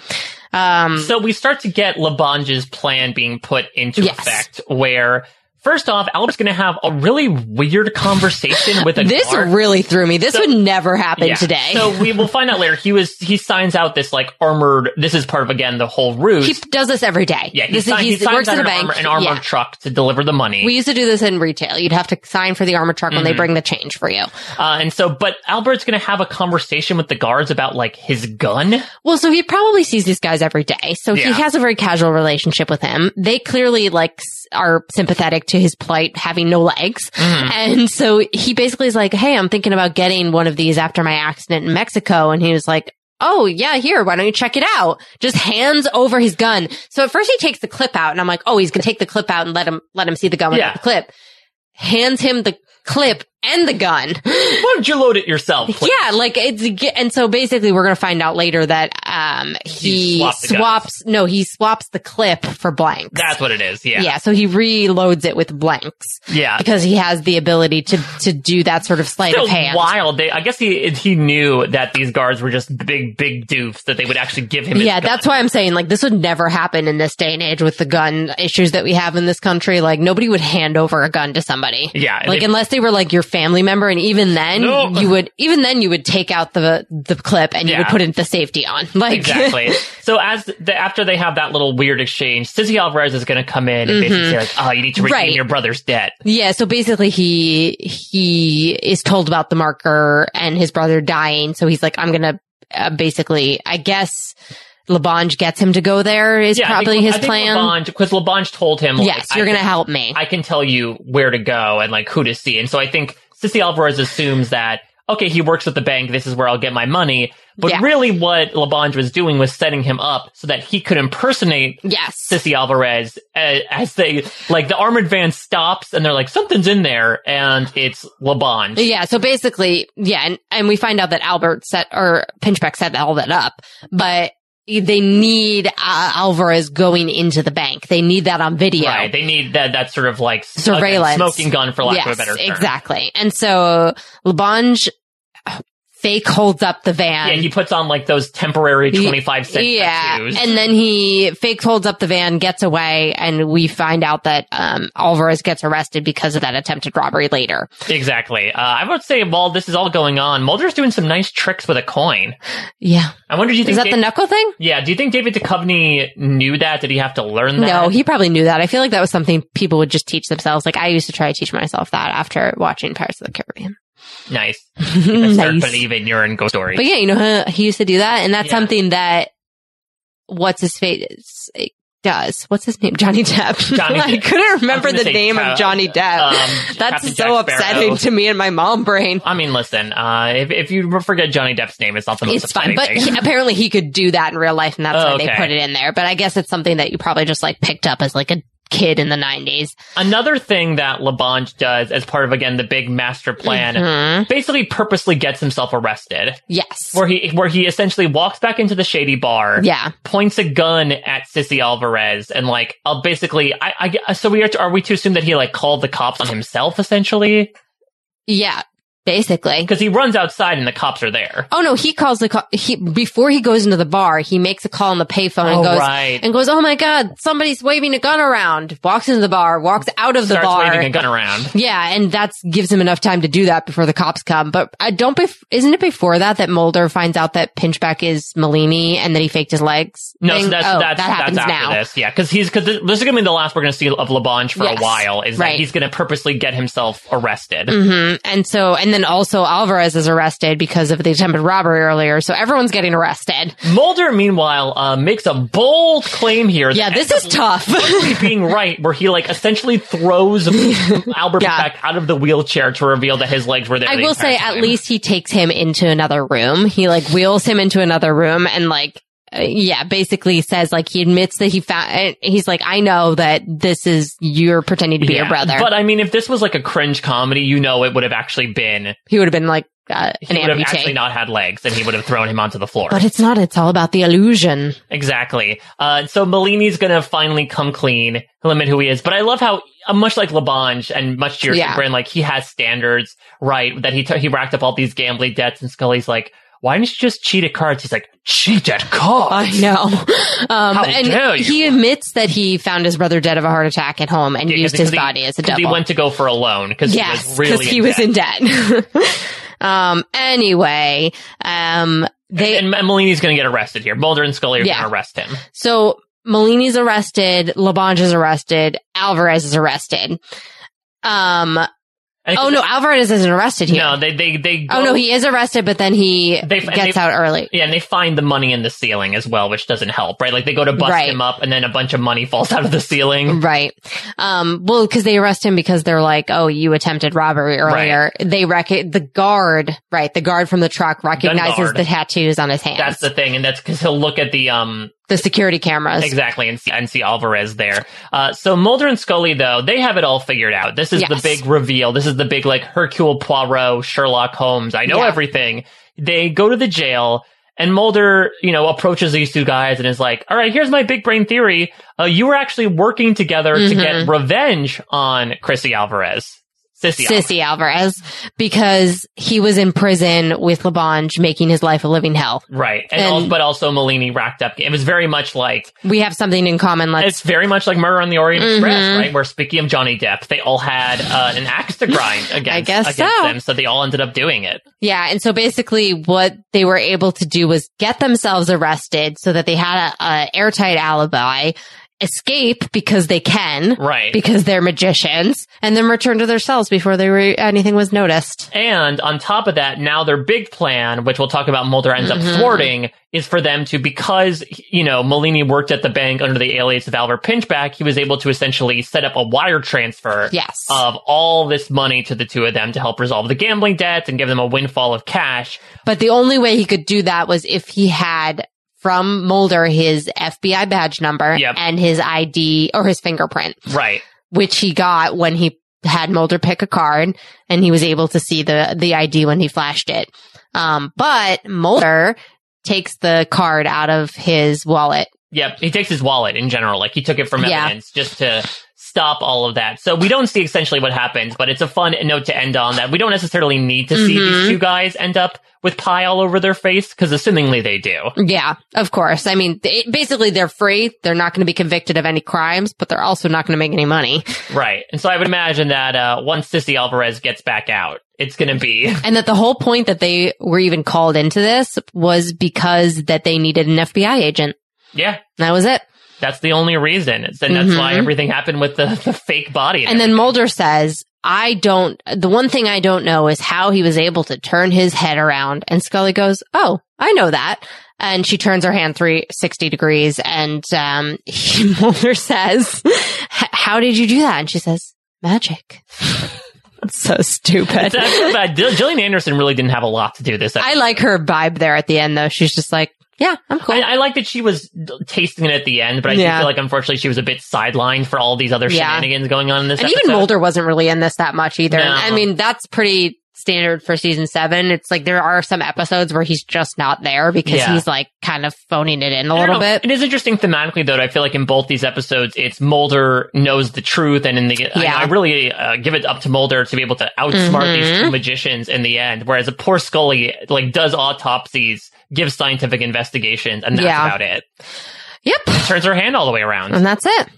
[SPEAKER 2] Um,
[SPEAKER 1] Mm-hmm. So we start to get Labange's plan being put into
[SPEAKER 2] Yes.
[SPEAKER 1] effect where First off, Albert's going to have a really weird conversation with a
[SPEAKER 2] this
[SPEAKER 1] guard.
[SPEAKER 2] really threw me. This would never happen
[SPEAKER 1] Yeah.
[SPEAKER 2] today.
[SPEAKER 1] So we will find out later. He was he signs out this like armored. This is part of again the whole ruse.
[SPEAKER 2] he does this every day.
[SPEAKER 1] yeah, he,
[SPEAKER 2] this,
[SPEAKER 1] sign-
[SPEAKER 2] is
[SPEAKER 1] he
[SPEAKER 2] he's-
[SPEAKER 1] signs
[SPEAKER 2] works
[SPEAKER 1] out
[SPEAKER 2] in a
[SPEAKER 1] an,
[SPEAKER 2] bank.
[SPEAKER 1] armor- an armored
[SPEAKER 2] Yeah.
[SPEAKER 1] truck to deliver the money.
[SPEAKER 2] We used to do this in retail. You'd have to sign for the armored truck
[SPEAKER 1] Mm-hmm.
[SPEAKER 2] when they bring the change for you.
[SPEAKER 1] uh, and so, but Albert's going to have a conversation with the guards about like his gun.
[SPEAKER 2] Well, so he probably sees these guys every day. So
[SPEAKER 1] Yeah.
[SPEAKER 2] he has a very casual relationship with him. They clearly like s- are sympathetic to his plight having no legs.
[SPEAKER 1] Mm-hmm.
[SPEAKER 2] And so he basically is like, Hey, I'm thinking about getting one of these after my accident in Mexico. And he was like, Oh yeah, here. Why don't you check it out? Just hands over his gun. So at first he takes the clip out and I'm like, Oh, he's going to take the clip out and let him, let him see the gun without
[SPEAKER 1] Yeah.
[SPEAKER 2] the clip. Hands him the clip and the gun.
[SPEAKER 1] Why don't you load it yourself? Please?
[SPEAKER 2] Yeah, like it's and so basically we're gonna find out later that um
[SPEAKER 1] He
[SPEAKER 2] he
[SPEAKER 1] swapped the guns.
[SPEAKER 2] swaps no he swaps the clip for blanks.
[SPEAKER 1] That's what it is. Yeah. Uh,
[SPEAKER 2] yeah. so he reloads it with blanks
[SPEAKER 1] Yeah.
[SPEAKER 2] because he has the ability to to do that sort of sleight
[SPEAKER 1] So
[SPEAKER 2] of hand.
[SPEAKER 1] wild. They, I guess he he knew that these guards were just big big doofs that they would actually give him. His
[SPEAKER 2] Yeah,
[SPEAKER 1] gun.
[SPEAKER 2] that's why I'm saying like this would never happen in this day and age with the gun issues that we have in this country. Like nobody would hand over a gun to somebody.
[SPEAKER 1] Yeah,
[SPEAKER 2] like
[SPEAKER 1] they-
[SPEAKER 2] unless they were like your family member, and even then
[SPEAKER 1] No.
[SPEAKER 2] you would even then you would take out the the clip and you would
[SPEAKER 1] Yeah.
[SPEAKER 2] put it the safety on. Like
[SPEAKER 1] Exactly. so as the, after they have that little weird exchange, Sissy Alvarez is going to come in and basically say like, "Oh, you need to redeem
[SPEAKER 2] Mm-hmm. Right.
[SPEAKER 1] your brother's debt."
[SPEAKER 2] Yeah, so basically he he is told about the marker and his brother dying, so he's like, I'm gonna uh, basically, I guess Labange gets him to go there is probably his plan.
[SPEAKER 1] Because Labange told him, like,
[SPEAKER 2] yes, you're
[SPEAKER 1] I
[SPEAKER 2] going to
[SPEAKER 1] can-
[SPEAKER 2] help me.
[SPEAKER 1] I can tell you where to go and like who to see. And so I think Sissy Alvarez assumes that, okay, he works at the bank. This is where I'll get my money. But
[SPEAKER 2] Yeah.
[SPEAKER 1] really what Labange was doing was setting him up so that he could impersonate
[SPEAKER 2] yes.
[SPEAKER 1] Sissy Alvarez uh, as they, like the armored van stops and they're like, something's in there. And it's Labange.
[SPEAKER 2] Yeah. So basically, yeah. And, and we find out that Albert set or Pinchbeck set all that up, but they need uh, Alvarez going into the bank. They need that on video.
[SPEAKER 1] Right. They need that, that sort of like s-
[SPEAKER 2] Surveillance.
[SPEAKER 1] again, smoking gun for lack of a better term.
[SPEAKER 2] Exactly. And so Labange uh, fake holds up the van.
[SPEAKER 1] Yeah, he puts on like those temporary 25 cent tattoos.
[SPEAKER 2] and then he fake holds up the van, gets away, and we find out that um, Alvarez gets arrested because of that attempted robbery later.
[SPEAKER 1] Exactly. Uh, I would say while this is all going on, Mulder's doing some nice tricks with a coin.
[SPEAKER 2] Yeah,
[SPEAKER 1] I wonder, do you think
[SPEAKER 2] is that
[SPEAKER 1] Da-
[SPEAKER 2] the knuckle thing?
[SPEAKER 1] yeah, do you think David Duchovny knew that? Did he have to learn that?
[SPEAKER 2] No, he probably knew that. I feel like that was something people would just teach themselves. Like I used to try to teach myself that after watching Pirates of the Caribbean.
[SPEAKER 1] nice.
[SPEAKER 2] Nice.
[SPEAKER 1] Start believing you're in ghost stories.
[SPEAKER 2] But yeah, you know, huh, he used to do that, and that's
[SPEAKER 1] Yeah.
[SPEAKER 2] something that what's his face does. What's his name? Johnny Depp.
[SPEAKER 1] Johnny
[SPEAKER 2] I
[SPEAKER 1] Depp.
[SPEAKER 2] couldn't remember
[SPEAKER 1] gonna
[SPEAKER 2] the
[SPEAKER 1] say
[SPEAKER 2] name
[SPEAKER 1] Ca-
[SPEAKER 2] of Johnny Depp.
[SPEAKER 1] um,
[SPEAKER 2] that's
[SPEAKER 1] Captain
[SPEAKER 2] so
[SPEAKER 1] Jack Sparrow.
[SPEAKER 2] upsetting to me and my mom brain.
[SPEAKER 1] I mean, listen, uh, if, if you forget Johnny Depp's name, it's not the most
[SPEAKER 2] It's fun,
[SPEAKER 1] upsetting
[SPEAKER 2] but
[SPEAKER 1] thing.
[SPEAKER 2] he- apparently he could do that in real life, and that's
[SPEAKER 1] Oh,
[SPEAKER 2] why they
[SPEAKER 1] okay.
[SPEAKER 2] put it in there. But I guess it's something that you probably just like picked up as like a kid in the 90s
[SPEAKER 1] Another thing that Labange does as part of, again, the big master plan,
[SPEAKER 2] Mhm.
[SPEAKER 1] basically purposely gets himself arrested,
[SPEAKER 2] Yes.
[SPEAKER 1] where he, where he essentially walks back into the shady bar.
[SPEAKER 2] yeah.
[SPEAKER 1] points a gun at Sissy Alvarez and like uh, basically I, I so we are to, are we to assume that he like called the cops on himself essentially
[SPEAKER 2] Yeah. Basically.
[SPEAKER 1] because he runs outside and the cops are there.
[SPEAKER 2] Oh no, he calls the call. He before he goes into the bar, he makes a call on the payphone
[SPEAKER 1] Oh,
[SPEAKER 2] and goes
[SPEAKER 1] right.
[SPEAKER 2] and goes, "Oh my god, somebody's waving a gun around." Walks into the bar, walks out of the
[SPEAKER 1] Starts
[SPEAKER 2] bar.
[SPEAKER 1] waving a gun around.
[SPEAKER 2] yeah, and that gives him enough time to do that before the cops come. But I don't. Bef- isn't it before that that Mulder finds out that Pinchback is Malini and that he faked his legs?
[SPEAKER 1] No,
[SPEAKER 2] thing?
[SPEAKER 1] so that's that's
[SPEAKER 2] Oh, that
[SPEAKER 1] that's
[SPEAKER 2] happens
[SPEAKER 1] after
[SPEAKER 2] now.
[SPEAKER 1] this, yeah, because he's because this, this is gonna be the last we're gonna see of Labange for
[SPEAKER 2] Yes,
[SPEAKER 1] a while. Is
[SPEAKER 2] right.
[SPEAKER 1] that he's gonna purposely get himself arrested?
[SPEAKER 2] hmm And so, and then also Alvarez is arrested because of the attempted robbery earlier. So everyone's getting arrested.
[SPEAKER 1] Mulder, meanwhile, uh, makes a bold claim here.
[SPEAKER 2] Yeah,
[SPEAKER 1] that
[SPEAKER 2] this is tough.
[SPEAKER 1] actually being right, where he like essentially throws Albert
[SPEAKER 2] Yeah.
[SPEAKER 1] back out of the wheelchair to reveal that his legs were there.
[SPEAKER 2] I
[SPEAKER 1] the
[SPEAKER 2] will
[SPEAKER 1] entire
[SPEAKER 2] say
[SPEAKER 1] time.
[SPEAKER 2] at least he takes him into another room. He like wheels him into another room and like uh, yeah, basically says like he admits that he found uh, he's like I know that this is you're pretending to be your
[SPEAKER 1] Yeah,
[SPEAKER 2] brother.
[SPEAKER 1] But I mean, if this was like a cringe comedy, you know, it would have actually been
[SPEAKER 2] he would have been like uh,
[SPEAKER 1] he
[SPEAKER 2] an
[SPEAKER 1] would have actually
[SPEAKER 2] amputee.
[SPEAKER 1] not had legs, and he would have thrown him onto the floor.
[SPEAKER 2] but it's not. It's all about the illusion.
[SPEAKER 1] exactly. Uh, so Malini's gonna finally come clean, limit who he is. But I love how, uh, much like Labange and much to your
[SPEAKER 2] Yeah.
[SPEAKER 1] chagrin, like he has standards, right? That he t- he racked up all these gambling debts, and Scully's like, "Why didn't you just cheat at cards?" He's like, "Cheat at
[SPEAKER 2] I
[SPEAKER 1] cards."
[SPEAKER 2] know. Um,
[SPEAKER 1] Oh, How
[SPEAKER 2] and
[SPEAKER 1] dare you.
[SPEAKER 2] he admits that he found his brother dead of a heart attack at home and
[SPEAKER 1] Yeah, 'cause-
[SPEAKER 2] used his
[SPEAKER 1] 'cause he-
[SPEAKER 2] body as a
[SPEAKER 1] 'cause
[SPEAKER 2] double.
[SPEAKER 1] He went to go for a loan because
[SPEAKER 2] Yes,
[SPEAKER 1] he was really
[SPEAKER 2] he
[SPEAKER 1] in
[SPEAKER 2] was
[SPEAKER 1] debt.
[SPEAKER 2] in debt. um. Anyway, um. They
[SPEAKER 1] and and Malini's going to get arrested here. Mulder and Scully are
[SPEAKER 2] Yeah.
[SPEAKER 1] going to arrest him.
[SPEAKER 2] So Malini's arrested, Labange is arrested, Alvarez is arrested. Um
[SPEAKER 1] And-
[SPEAKER 2] oh no, Alvarez isn't arrested here.
[SPEAKER 1] no, they they they.
[SPEAKER 2] oh no,
[SPEAKER 1] go-
[SPEAKER 2] he is arrested, but then he
[SPEAKER 1] They- and
[SPEAKER 2] gets
[SPEAKER 1] they-
[SPEAKER 2] out early.
[SPEAKER 1] Yeah, and they find the money in the ceiling as well, which doesn't help, right? Like they go to bust
[SPEAKER 2] Right.
[SPEAKER 1] him up, and then a bunch of money falls out of the ceiling.
[SPEAKER 2] Right. Um, well, cause they arrest him because they're like, oh, you attempted robbery earlier. They rec- the guard, right, the guard from the truck recognizes
[SPEAKER 1] guard.
[SPEAKER 2] the tattoos on his hands.
[SPEAKER 1] That's the thing, and that's because he'll look at the um
[SPEAKER 2] the security cameras.
[SPEAKER 1] exactly and see, and see Alvarez there. Uh, so Mulder and Scully though they have it all figured out. This is the
[SPEAKER 2] Yes.
[SPEAKER 1] big reveal. This is the big like Hercule Poirot, Sherlock Holmes. I know
[SPEAKER 2] Yeah.
[SPEAKER 1] everything. They go to the jail. And Mulder, you know, approaches these two guys and is like, all right, here's my big brain theory. Uh, you were actually working together to get revenge on Chrissy Alvarez. Sissy Alvarez.
[SPEAKER 2] Mm-hmm. Sissy Alvarez, because he was in prison with Labange making his life a living hell.
[SPEAKER 1] Right. And,
[SPEAKER 2] And-
[SPEAKER 1] al- but also Malini racked up. It was very much like,
[SPEAKER 2] We have something in common. Let's
[SPEAKER 1] it's very much like Murder on the Orient Express,
[SPEAKER 2] Mm-hmm.
[SPEAKER 1] right? Where speaking of Johnny Depp, they all had uh, an axe to grind against,
[SPEAKER 2] guess
[SPEAKER 1] against
[SPEAKER 2] so.
[SPEAKER 1] them. So they all ended up doing it.
[SPEAKER 2] Yeah. And so basically what they were able to do was get themselves arrested so that they had a, a airtight alibi escape because they can,
[SPEAKER 1] Right.
[SPEAKER 2] because they're magicians, and then return to their cells before they were anything was noticed.
[SPEAKER 1] And on top of that, now their big plan, which we'll talk about Mulder ends up
[SPEAKER 2] Mm-hmm.
[SPEAKER 1] thwarting, is for them to, because, you know, Molini worked at the bank under the alias of Albert Pinchback, he was able to essentially set up a wire transfer
[SPEAKER 2] Yes.
[SPEAKER 1] of all this money to the two of them to help resolve the gambling debts and give them a windfall of cash.
[SPEAKER 2] But the only way he could do that was if he had from Mulder his FBI badge number
[SPEAKER 1] Yep.
[SPEAKER 2] and his ID or his fingerprint,
[SPEAKER 1] Right.
[SPEAKER 2] which he got when he had Mulder pick a card and he was able to see the, the ID when he flashed it. Um, but Mulder takes the card out of his wallet.
[SPEAKER 1] Yep. He takes his wallet in general. Like he took it from
[SPEAKER 2] Yeah.
[SPEAKER 1] evidence just to stop all of that. So we don't see essentially what happens, but it's a fun note to end on that we don't necessarily need to see these
[SPEAKER 2] Mhm.
[SPEAKER 1] two guys end up with pie all over their face because assumingly they do.
[SPEAKER 2] Yeah, of course. I mean, they, basically they're free. They're not going to be convicted of any crimes, but they're also not going to make any money.
[SPEAKER 1] Right. And so I would imagine that uh, once Sissy Alvarez gets back out, it's going to be
[SPEAKER 2] And that the whole point that they were even called into this was because that they needed an FBI agent.
[SPEAKER 1] yeah.
[SPEAKER 2] That was it.
[SPEAKER 1] That's the only reason. It's- And that's why
[SPEAKER 2] Mhm.
[SPEAKER 1] everything happened with the, the fake body.
[SPEAKER 2] And then Mulder says, I don't, the one thing I don't know is how he was able to turn his head around. And Scully goes, Oh, I know that. And she turns her hand 360 degrees. And, um, he, Mulder says, "H- How did you do that? And she says, Magic. That's so stupid.
[SPEAKER 1] It's actually bad. Jill- Gillian Anderson really didn't have a lot to do this.
[SPEAKER 2] I like her vibe there at the end, though. She's just like, Yeah, I'm cool.
[SPEAKER 1] I, I like that she was tasting it at the end, but I do
[SPEAKER 2] Yeah.
[SPEAKER 1] feel like unfortunately she was a bit sidelined for all these other
[SPEAKER 2] Yeah.
[SPEAKER 1] shenanigans going on in this.
[SPEAKER 2] and
[SPEAKER 1] episode.
[SPEAKER 2] even Mulder wasn't really in this that much either.
[SPEAKER 1] No.
[SPEAKER 2] I mean, that's pretty standard for season seven. It's like there are some episodes where he's just not there because
[SPEAKER 1] Yeah.
[SPEAKER 2] he's like kind of phoning it in a
[SPEAKER 1] I don't
[SPEAKER 2] little
[SPEAKER 1] know.
[SPEAKER 2] bit.
[SPEAKER 1] It is interesting thematically, though. that I feel like in both these episodes, it's Mulder knows the truth, and in the I-
[SPEAKER 2] Yeah.
[SPEAKER 1] I, really uh, give it up to Mulder to be able to outsmart
[SPEAKER 2] Mm-hmm.
[SPEAKER 1] these two magicians in the end. Whereas a poor Scully like does autopsies, gives scientific investigations, and that's
[SPEAKER 2] Yeah.
[SPEAKER 1] about it.
[SPEAKER 2] Yep.
[SPEAKER 1] Turns her hand all the way around.
[SPEAKER 2] And that's it.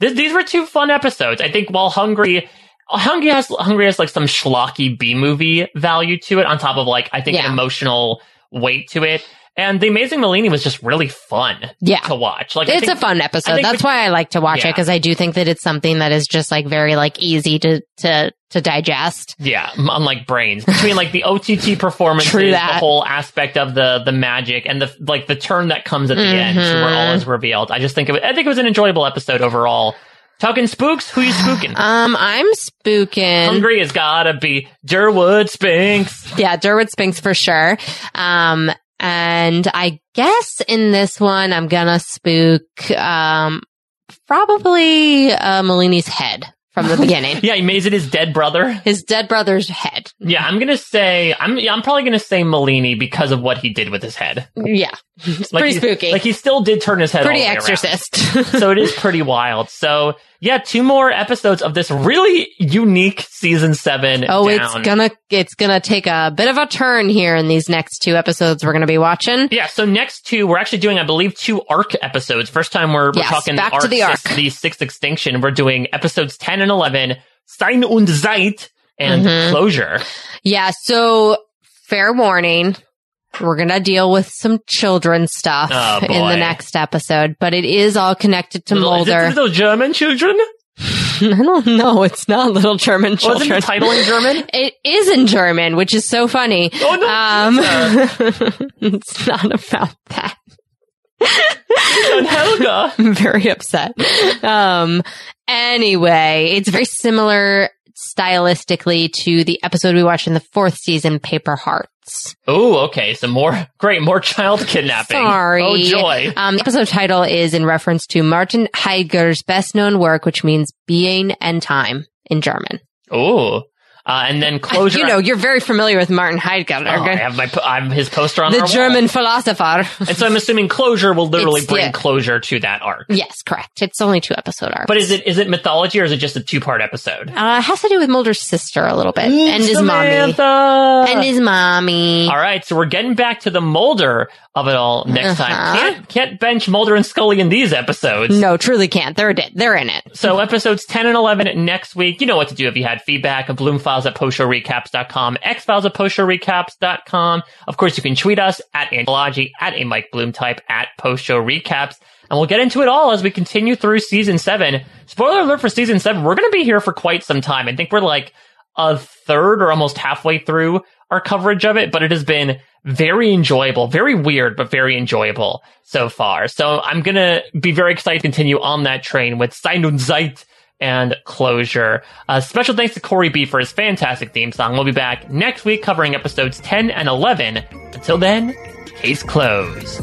[SPEAKER 1] Th- these were two fun episodes. I think while Hungry, Hungry has Hungry has like some schlocky B movie value to it, on top of like I think an
[SPEAKER 2] Yeah.
[SPEAKER 1] emotional weight to it. And the Amazing Malini was just really fun
[SPEAKER 2] Yeah.
[SPEAKER 1] to watch. Like I
[SPEAKER 2] It's a
[SPEAKER 1] think,
[SPEAKER 2] fun episode.
[SPEAKER 1] think
[SPEAKER 2] That's why I like to watch
[SPEAKER 1] Yeah.
[SPEAKER 2] it because I do think that it's something that is just like very like easy to to to digest.
[SPEAKER 1] yeah, m- unlike Brains, between like the OTT performances,
[SPEAKER 2] True
[SPEAKER 1] the
[SPEAKER 2] that.
[SPEAKER 1] whole aspect of the the magic, and the like the turn that comes at the end to where all
[SPEAKER 2] Mhm.
[SPEAKER 1] is revealed. I just think it was, I think it was an enjoyable episode overall. Talking spooks, who you spooking?
[SPEAKER 2] Um, I'm spooking.
[SPEAKER 1] Hungry has gotta be Durwood Spinks.
[SPEAKER 2] Yeah, Derwood Spinks for sure. Um, and I guess in this one, I'm gonna spook, um, probably, uh, Malini's head from the beginning.
[SPEAKER 1] Yeah, he made it his dead brother.
[SPEAKER 2] His dead brother's head.
[SPEAKER 1] Yeah, I'm gonna say I'm. yeah, I'm probably gonna say Malini because of what he did with his head.
[SPEAKER 2] Yeah. It's
[SPEAKER 1] Like
[SPEAKER 2] pretty
[SPEAKER 1] he-
[SPEAKER 2] spooky.
[SPEAKER 1] Like he still did turn his head.
[SPEAKER 2] pretty
[SPEAKER 1] all the way
[SPEAKER 2] exorcist.
[SPEAKER 1] around. so it is pretty wild. So yeah, two more episodes of this really unique season seven.
[SPEAKER 2] oh,
[SPEAKER 1] down.
[SPEAKER 2] it's gonna, it's gonna take a bit of a turn here in these next two episodes we're gonna be watching.
[SPEAKER 1] Yeah, so next two, we're actually doing, I believe, two arc episodes. First time we're, we're
[SPEAKER 2] Yes,
[SPEAKER 1] talking
[SPEAKER 2] back
[SPEAKER 1] the, arc,
[SPEAKER 2] to the
[SPEAKER 1] six-
[SPEAKER 2] arc.
[SPEAKER 1] the sixth extinction. We're doing episodes 10 and 11, Sein und Zeit, and
[SPEAKER 2] Mhm.
[SPEAKER 1] Closure.
[SPEAKER 2] Yeah. So fair warning. We're going to deal with some children stuff
[SPEAKER 1] Oh,
[SPEAKER 2] in
[SPEAKER 1] boy.
[SPEAKER 2] the next episode, but it is all connected to
[SPEAKER 1] Little- is it
[SPEAKER 2] Mulder.
[SPEAKER 1] little German children?
[SPEAKER 2] I don't know. It's not little German
[SPEAKER 1] Wasn't the
[SPEAKER 2] children.
[SPEAKER 1] title in German?
[SPEAKER 2] It is in German, which is so funny.
[SPEAKER 1] Oh, no,
[SPEAKER 2] um, it's not about that.
[SPEAKER 1] and Helga.
[SPEAKER 2] I'm very upset. Um, anyway, it's very similar stylistically to the episode we watched in the fourth season, Paper Hearts.
[SPEAKER 1] Oh, okay. So more great, more child kidnapping.
[SPEAKER 2] Sorry.
[SPEAKER 1] Oh joy.
[SPEAKER 2] Um, the episode title is in reference to Martin Heidegger's best known work, which means being and time in German.
[SPEAKER 1] Oh, uh, and then closure.
[SPEAKER 2] You know, you're very familiar with Martin Heidegger,
[SPEAKER 1] Oh, I have my I have his poster on
[SPEAKER 2] the
[SPEAKER 1] our
[SPEAKER 2] German
[SPEAKER 1] Wall.
[SPEAKER 2] philosopher.
[SPEAKER 1] And so I'm assuming closure will literally
[SPEAKER 2] It's-
[SPEAKER 1] bring
[SPEAKER 2] yeah.
[SPEAKER 1] closure to that arc.
[SPEAKER 2] yes, correct. It's only two episode arc.
[SPEAKER 1] But is it is it mythology or is it just a two part episode?
[SPEAKER 2] uh, it has to do with Mulder's sister a little bit and his mommy.
[SPEAKER 1] Samantha!
[SPEAKER 2] And his mommy.
[SPEAKER 1] all right, so we're getting back to the Mulder of it all next time.
[SPEAKER 2] Uh-huh.
[SPEAKER 1] Can't can't bench Mulder and Scully in these episodes.
[SPEAKER 2] No, truly can't. They're di- they're in it.
[SPEAKER 1] So episodes 10 and 11 next week. You know what to do if you had feedback. Bloomfiles at postshowrecaps.com, xfiles at postshowrecaps.com. Of course, you can tweet us at Angelogy, at a Mike Bloom type, at postshowrecaps. and we'll get into it all as we continue through season seven. Spoiler alert for season seven, we're going to be here for quite some time. I think we're like a third or almost halfway through our coverage of it, but it has been very enjoyable, very weird, but very enjoyable so far. So I'm going to be very excited to continue on that train with Sein und Zeit and Closure. Uh, special thanks to Corey B for his fantastic theme song. We'll be back next week covering episodes 10 and 11. Until then, case closed.